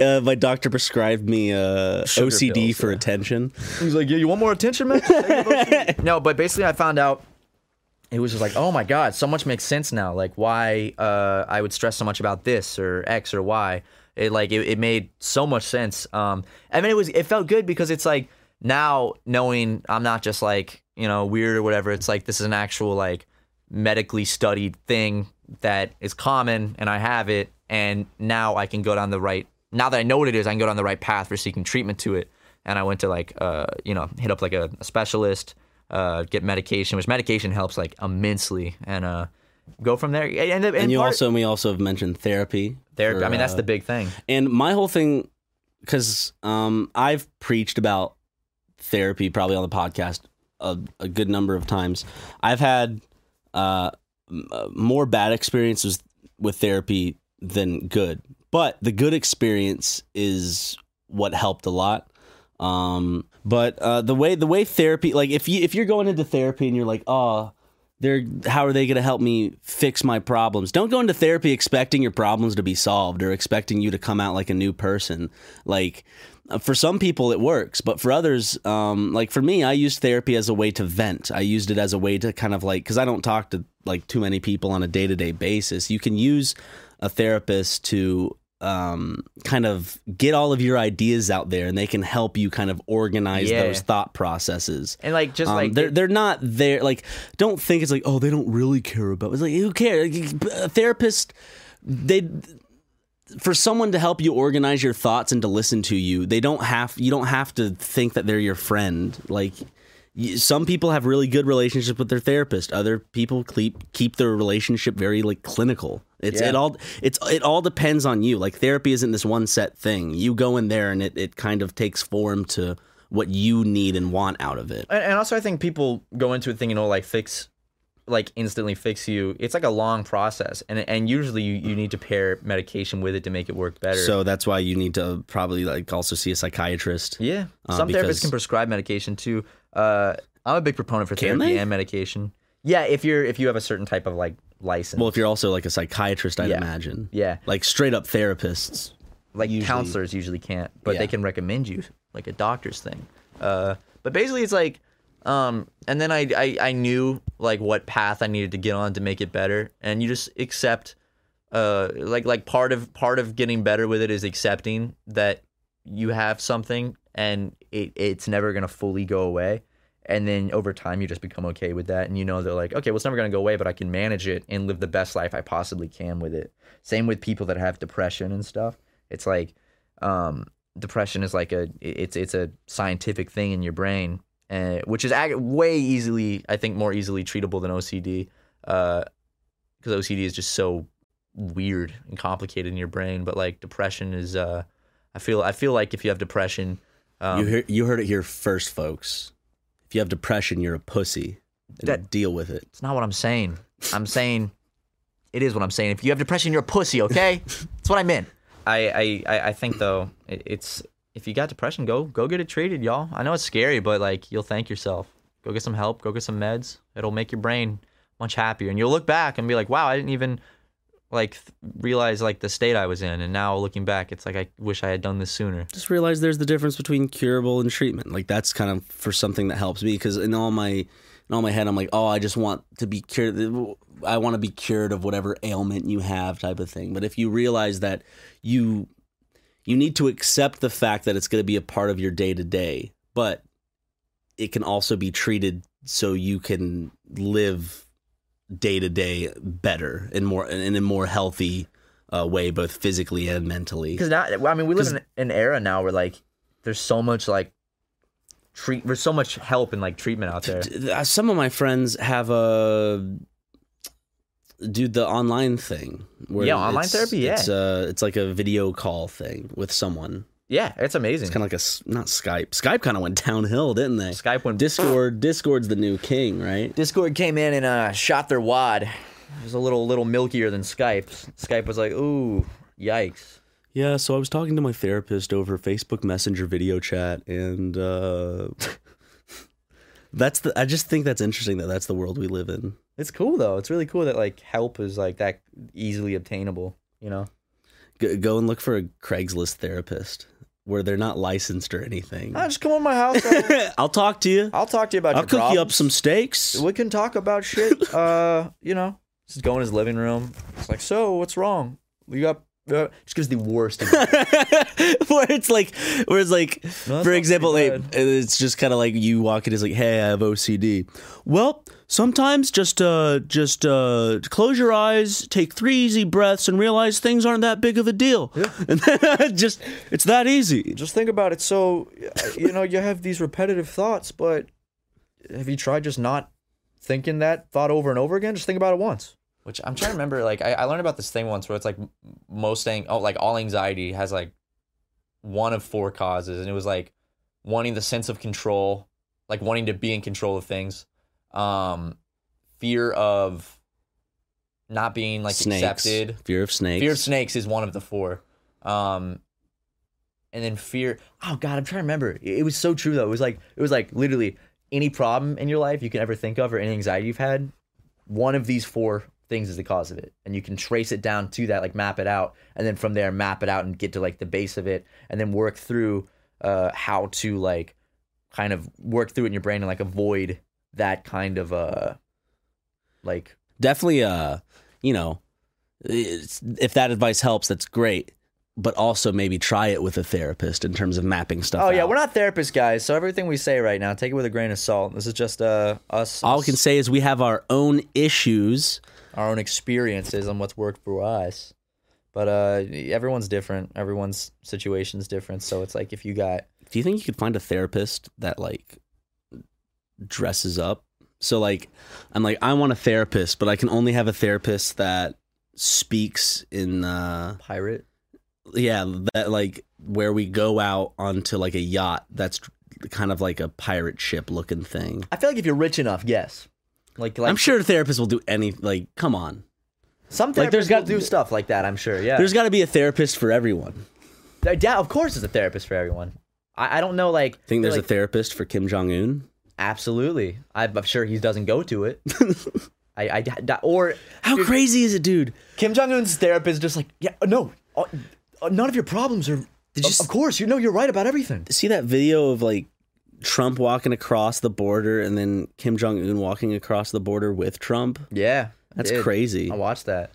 A: uh, my doctor prescribed me uh,
B: Sugar
A: ocd
B: pills,
A: for attention
B: He's like, yeah, you want more attention, man? no, but basically, I found out it was just like, oh my god, so much makes sense now. Like why uh, I would stress so much about this or X or Y. It like it, it made so much sense. Um, I mean, it was it felt good because it's like now knowing I'm not just like you know weird or whatever. It's like this is an actual like medically studied thing that is common, and I have it, and now I can go down the right. Now that I know what it is, I can go down the right path for seeking treatment to it. And I went to like uh, you know hit up like a, a specialist uh, get medication, which medication helps like immensely, and uh, go from there. And, and, and
A: and you
B: part-
A: also and we also have mentioned therapy
B: therapy.
A: for,
B: I mean, that's
A: uh,
B: the big thing.
A: And my whole thing, because um, I've preached about therapy probably on the podcast a, a good number of times. I've had uh, m- uh, more bad experiences with therapy than good, but the good experience is what helped a lot. Um, but uh, the way the way therapy, like if you if you're going into therapy and you're like, oh, they're how are they going to help me fix my problems don't go into therapy expecting your problems to be solved or expecting you to come out like a new person like uh, for some people it works but for others um, like for me i used therapy as a way to vent i used it as a way to kind of like because i don't talk to like too many people on a day-to-day basis you can use a therapist to um, kind of get all of your ideas out there and they can help you kind of organize
B: Yeah.
A: those thought processes
B: And like just
A: um,
B: like
A: they're they're not there. Like, don't think it's like oh they don't really care about. It's like who cares? Like, A therapist, they for someone to help you organize your thoughts and to listen to you. They don't have you don't have to think that they're your friend. Like. y- Some people have really good relationships with their therapist. Other people keep keep their relationship very like clinical. It's it all it's it all depends on you. Like therapy isn't this one set thing. You go in there and it it kind of takes form to what you need and want out of it.
B: and, and also I think people go into it thinking it'll like fix, like instantly fix you. It's like a long process, and and usually you, you need to pair medication with it to make it work better.
A: So that's why you need to probably like also see a psychiatrist.
B: yeah,
A: Uh,
B: some
A: because-
B: therapists can prescribe medication too. Uh, I'm a big proponent for
A: Can
B: therapy
A: they?
B: and medication. Yeah, if you're if you have a certain type of like license,
A: Well, if you're also like a psychiatrist, I'd
B: Yeah.
A: imagine.
B: Yeah.
A: Like straight up therapists.
B: like counselors usually can't, but
A: Yeah.
B: they can recommend you like a doctor's thing. Uh, but basically, it's like, um, and then I, I I knew like what path I needed to get on to make it better, and you just accept uh like like part of part of getting better with it is accepting that you have something and it, it's never gonna fully go away and then over time you just become okay with that and you know they're like okay well it's never gonna go away but i can manage it and live the best life i possibly can with it same with people that have depression and stuff it's like um depression is like a it's it's a scientific thing in your brain and which is ag- way easily i think more easily treatable than ocd uh because OCD is just so weird and complicated in your brain. But like depression is, uh, I feel I feel like if you have depression, um,
A: you hear, you heard it here first, folks. If you have depression, you're a pussy. And
B: That-
A: deal with it.
B: it's not what I'm saying. I'm saying it is what I'm saying. If you have depression, you're a pussy. Okay, that's what I meant. I I I I think though it, it's if you got depression, go go get it treated, y'all. I know it's scary, but like you'll thank yourself. Go get some help. Go get some meds. It'll make your brain much happier, and you'll look back and be like, wow, I didn't even like th- realize like the state I was in, and now looking back, it's like I wish I had done this sooner.
A: just realize there's the difference between curable and treatment. Like that's kind of for something that helps me because in all my in all my head, I'm like, oh, I just want to be cured. I want to be cured of whatever ailment you have, type of thing. But if you realize that you you need to accept the fact that it's going to be a part of your day to day, but it can also be treated so you can live day to day better and more and in a more healthy uh, way, both physically and mentally.
B: Because now, well, I mean, we live in an era now where like there's so much like treat, there's so much help and like treatment out there.
A: Th- th- uh, some of my friends have a do the online thing where
B: Yeah, online
A: it's-
B: therapy, yeah.
A: it's uh it's like a video call thing with someone
B: Yeah, it's amazing.
A: it's kind of like a s- not skype skype kind of went downhill didn't they
B: Skype went.
A: discord discord's the new king right
B: Discord came in and uh, shot their wad. It was a little little milkier than Skype. Skype was like, ooh, yikes.
A: yeah so i was talking to my therapist over facebook messenger video chat and uh that's the i just think that's interesting that that's the world we live in
B: It's cool though. It's really cool that like help is like that easily obtainable. You know.
A: go, go and look for a craigslist therapist where they're not licensed or anything
B: Ah, just come over my house. I'll,
A: I'll talk to you.
B: I'll talk to you about
A: I'll
B: your
A: cook you up
B: problems.
A: some steaks.
B: We can talk about shit. Uh, you know, just go in his living room. It's like, so what's wrong? You got uh, just gives the worst. example.
A: where it's like, where it's like,
B: not
A: for example,
B: pretty
A: like, it's just kind of like you walk in, it's like, hey, I have OCD. Well, sometimes just, uh, just uh, close your eyes, take three easy breaths, and realize things aren't that big of a deal. And then just, it's that easy.
B: just think about it. So, uh, you know, you have these repetitive thoughts, but have you tried just not thinking that thought over and over again? Just think about it once. Which I'm trying to remember. Like I, I learned about this thing once where it's like m- most ang- oh like all anxiety has like one of four causes, and it was like wanting the sense of control, like wanting to be in control of things, um, fear of not being like
A: snakes.
B: accepted,
A: Fear of snakes.
B: Fear of snakes is one of the four. Um, and then fear. Oh God, I'm trying to remember. It it was so true though. It was like it was like literally any problem in your life you can ever think of or any anxiety you've had. One of these four things is the cause of it, and you can trace it down to that, like map it out, and then from there map it out and get to like the base of it, and then work through uh, how to like kind of work through it in your brain and like avoid that kind of uh like
A: definitely uh you know it's, if that advice helps that's great but also maybe try it with a therapist in terms of mapping stuff
B: Oh yeah,
A: out.
B: we're not therapists, guys. So everything we say right now, take it with a grain of salt. This is just uh, us,
A: all we can say is we have our own issues
B: our own experiences and what's worked for us. But uh, everyone's different. Everyone's situation's different. So it's like if you got
A: do you think you could find a therapist that like dresses up so like i'm like i want a therapist but i can only have a therapist that speaks in uh
B: pirate,
A: yeah that like where we go out onto like a yacht that's kind of like a pirate ship looking thing
B: I feel like if you're rich enough, yes. Like like
A: i'm sure therapists will do any like come on
B: some therapists
A: like, there's got-
B: will do stuff like that. I'm sure. Yeah.
A: There's got to be a therapist for everyone.
B: There- yeah. Of course, there's a therapist for everyone. I, I don't know. Like
A: Think there's
B: like,
A: a therapist for Kim Jong Un?
B: absolutely. I'm I'm sure he doesn't go to it. I, I d- or
A: How crazy is it, dude?
B: Kim Jong Un's therapist just like, yeah, no, uh, uh, none of your problems are.
A: Did you
B: of,
A: s-
B: of course, you know you're right about everything.
A: See that video of like Trump walking across the border and then Kim Jong Un walking across the border with Trump?
B: Yeah,
A: That's crazy.
B: I watched that.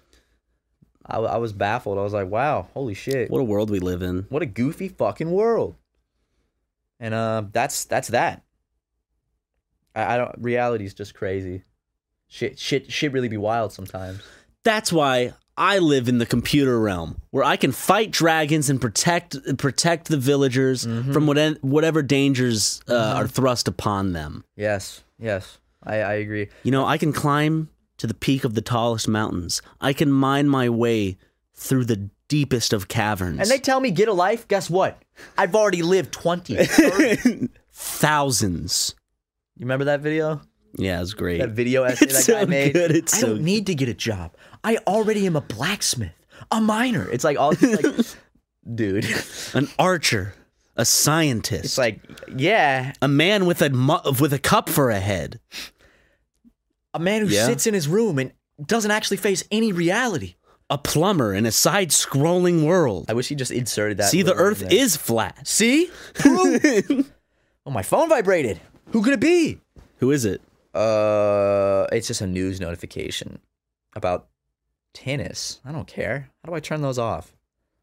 B: I, I was baffled. I was like, wow, holy shit.
A: What a world we live in.
B: What a goofy fucking world. And uh, that's that's that. I, I don't. Reality's just crazy. Shit, shit, shit really be wild sometimes.
A: That's why I live in the computer realm where I can fight dragons and protect protect the villagers
B: Mm-hmm.
A: from what, whatever dangers uh, are thrust upon them.
B: Yes, yes, I, I agree.
A: You know, I can climb to the peak of the tallest mountains. I can mine my way through the deepest of caverns.
B: And they tell me get a life. Guess what? I've already lived twenty. 30. you
A: thousands.
B: remember that video?
A: Yeah, it's great.
B: That video essay
A: It's
B: that guy
A: so
B: made.
A: good, it's
B: I
A: so
B: don't
A: good.
B: need to get a job. I already am a blacksmith, a miner. It's like all these, like, dude.
A: An archer, a scientist,
B: It's like yeah,
A: a man with a mu- with a cup for a head.
B: a man who
A: Yeah.
B: sits in his room and doesn't actually face any reality.
A: a plumber in a side scrolling world.
B: I wish he just inserted that.
A: See, the
B: little
A: earth
B: in there.
A: is flat.
B: See? Who? oh, my phone vibrated. Who could it be?
A: Who is it?
B: Uh, it's just a news notification about tennis. I don't care. How do I turn those off?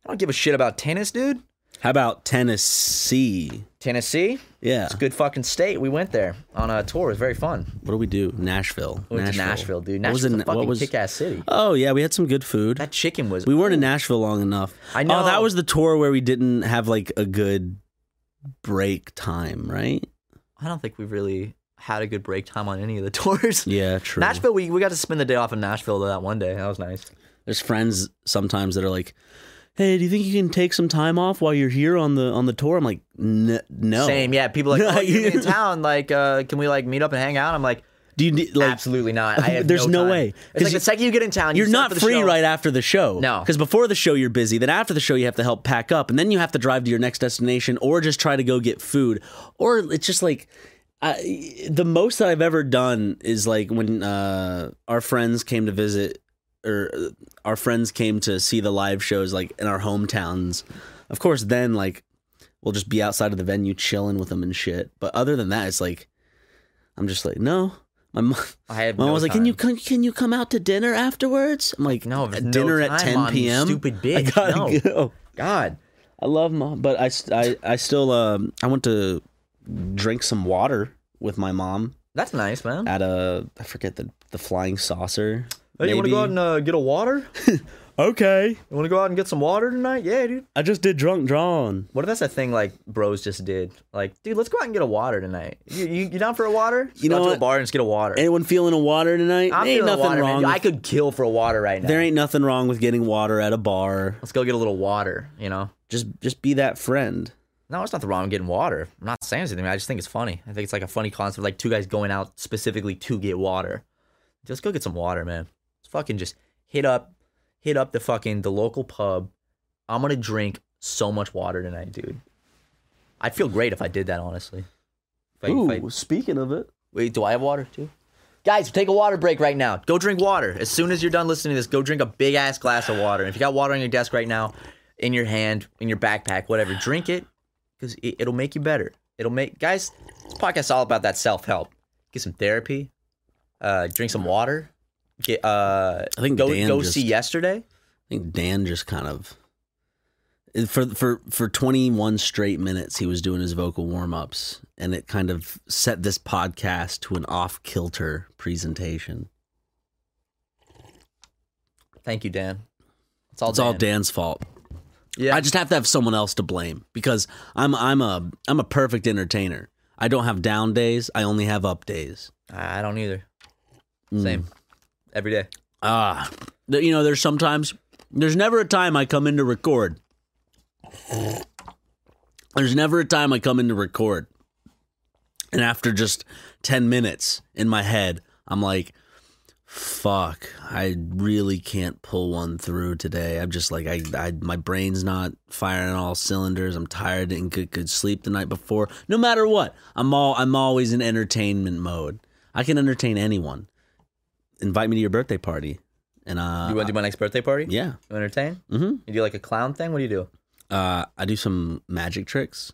B: I don't give a shit about tennis, dude.
A: How about Tennessee?
B: Tennessee,
A: Yeah.
B: it's a good fucking state. We went there on a tour. It was very fun.
A: What do we do? Nashville.
B: We went to Nashville, dude.
A: What was
B: Nashville's
A: in-
B: a fucking
A: what was-
B: kick-ass city.
A: Oh yeah, we had some good food.
B: That chicken was.
A: we weren't in Nashville long enough.
B: I know.
A: Oh, that was the tour where we didn't have like a good break time, right?
B: I don't think we really had a good break time on any of the tours.
A: Yeah, true.
B: Nashville, we, we got to spend the day off in Nashville though, that one day. That was nice.
A: There's friends sometimes that are like, "Hey, do you think you can take some time off while you're here on the on the tour?" I'm like, "N- "No."
B: Same, yeah. People are like,
A: No,
B: oh, you're in
A: you-
B: town. Like, uh, can we like meet up and hang out? I'm like,
A: Do you need like
B: absolutely not. I have
A: There's no
B: time.
A: way.
B: It's
A: 'Cause
B: like
A: you-
B: the second you get in town, you
A: You're
B: sign up
A: not
B: for the
A: free
B: show.
A: right after the show.
B: No.
A: Because before the show, you're busy. Then after the show, you have to help pack up. And then you have to drive to your next destination or just try to go get food. Or it's just like I, the most that I've ever done is like when uh, our friends came to visit or uh, our friends came to see the live shows like in our hometowns. Of course, then like we'll just be outside of the venue chilling with them and shit. But other than that, it's like I'm just like, no. My mom,
B: I have
A: Mom
B: no
A: was like,
B: time.
A: "Can you come, can you come out to dinner afterwards?" I'm like,
B: No, there's no
A: dinner at
B: time,
A: 10
B: Mom, you
A: p.m.
B: stupid
A: I
B: bitch.
A: gotta
B: No.
A: go.
B: God.
A: I love mom, but I, st- I I still um I went to drink some water with my mom
B: That's nice, man.
A: at a I forget the the flying saucer.
B: wanna
A: maybe.
B: uh, get a water?
A: okay?
B: You want to go out and get some water tonight? Yeah, dude.
A: I just did drunk drawn.
B: What if that's a thing like bros just did? Like, dude, let's go out and get a water tonight. You, you, you down for a water? Let's
A: You
B: go
A: know
B: out to a
A: what?
B: bar and just get a water.
A: Anyone feeling a water tonight?
B: I'm
A: ain't
B: feeling a
A: nothing
B: water, man.
A: wrong.
B: I could kill for a water right now.
A: there ain't nothing wrong with getting water at a bar.
B: Let's go get a little water. You know.
A: Just just be that friend.
B: No, it's not the wrong with getting water. I'm not saying anything. I just think it's funny. I think it's like a funny concept, like two guys going out specifically to get water. Just go get some water, man. Let's fucking just hit up, hit up the fucking the local pub. I'm gonna drink so much water tonight, dude. I'd feel great if I did that, honestly. If I- if I-
A: speaking of it,
B: wait, do I have water too? Guys, take a water break right now. Go drink water. As soon as you're done listening to this, go drink a big ass glass of water. And if you got water on your desk right now, in your hand, in your backpack, whatever, drink it because it, it'll make you better. It'll make guys. This podcast is all about that self help. Get some therapy. Uh, drink some water. Get uh.
A: I think
B: go
A: Dan
B: go
A: just-
B: see yesterday.
A: I think Dan just kind of for for for 21 straight minutes he was doing his vocal warm-ups and it kind of set this podcast to an off-kilter presentation.
B: Thank you, Dan. It's all
A: It's all Dan's fault.
B: Yeah.
A: I just have to have someone else to blame because I'm I'm a I'm a perfect entertainer. I don't have down days, I only have up days.
B: I don't either.
A: Mm.
B: Same. Every day.
A: Ah, th- you know, there's sometimes, there's never a time I come in to record. There's never a time I come in to record. And after just 10 minutes in my head, I'm like, fuck, I really can't pull one through today. I'm just like, I, I my brain's not firing all cylinders. I'm tired and good, good sleep the night before. No matter what, I'm all, I'm always in entertainment mode. I can entertain anyone invite me to your birthday party. And uh,
B: You want to do my next birthday party?
A: yeah,
B: You entertain?
A: mm-hmm.
B: You do like a clown thing? What do you do?
A: uh, I do some magic tricks.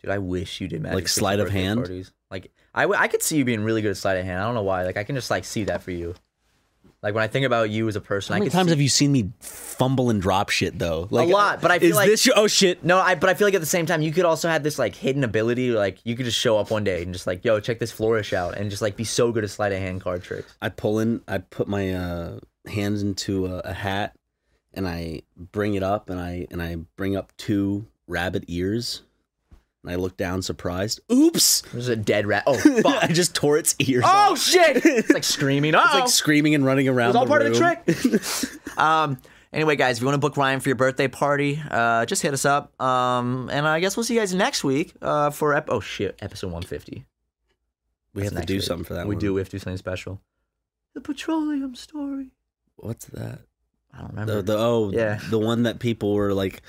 B: Dude, I wish you did magic.
A: Like
B: tricks at
A: sleight of
B: birthday
A: hand?
B: Parties. Like I, w- I could see you being really good at sleight of hand. I don't know why. Like I can just like see that for you. Like when I think about you as a person,
A: How
B: I
A: many
B: could
A: times
B: see-
A: have you seen me fumble and drop shit though? Like
B: lot, but I feel
A: is
B: like-
A: this your, oh shit.
B: No, I but I feel like at the same time you could also have this like hidden ability like you could just show up one day and just like yo check this flourish out and just like be so good at sleight of hand card tricks.
A: I pull in, I put my uh, hands into a, a hat, and I bring it up, and I and I bring up two rabbit ears, and I look down surprised. Oops!
B: There's a dead rat. Oh
A: I
B: fuck!
A: just tore its ears.
B: oh
A: off.
B: shit! It's like screaming. Oh,
A: It's like screaming and running around.
B: It was all
A: the
B: part of
A: room.
B: the trick. um, anyway, guys, if you want to book Ryan for your birthday party, uh, just hit us up. Um, and I guess we'll see you guys next week uh, for ep- oh shit, episode 150.
A: We
B: That's
A: have to
B: next
A: do
B: week.
A: something for that.
B: We
A: one.
B: do. We have to do something special. The petroleum story.
A: What's that?
B: I don't
A: The,
B: remember.
A: the oh
B: Yeah.
A: the one that people were like,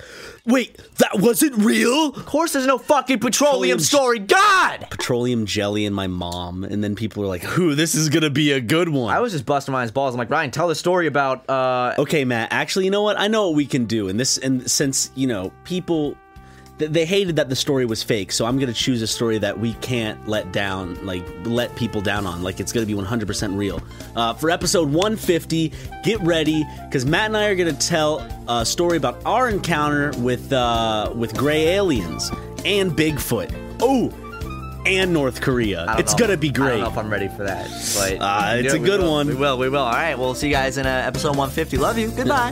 A: wait, that wasn't real.
B: of course, there's no fucking petroleum
A: Petroleum sh-
B: story. God.
A: Petroleum jelly and my mom, and then people were like, "Who? This is gonna be a good one."
B: I was just busting Ryan's balls. I'm like, Ryan, tell the story about. Uh,
A: Okay, Matt. Actually, you know what? I know what we can do. And this, and since you know, people th- they hated that the story was fake, so I'm gonna choose a story that we can't let down, like let people down on. Like it's gonna be 100% real. Uh, for episode 150, get ready because Matt and I are gonna tell a story about our encounter with uh, with gray aliens and Bigfoot. Oh, and North Korea.
B: I don't
A: It's
B: know.
A: gonna be
B: I
A: great.
B: don't know if I'm ready for that. But
A: Ah, it's
B: Yeah,
A: a
B: we
A: good
B: will.
A: one.
B: We will. We will. All right. We'll see you guys in uh, episode 150. Love you. Goodbye.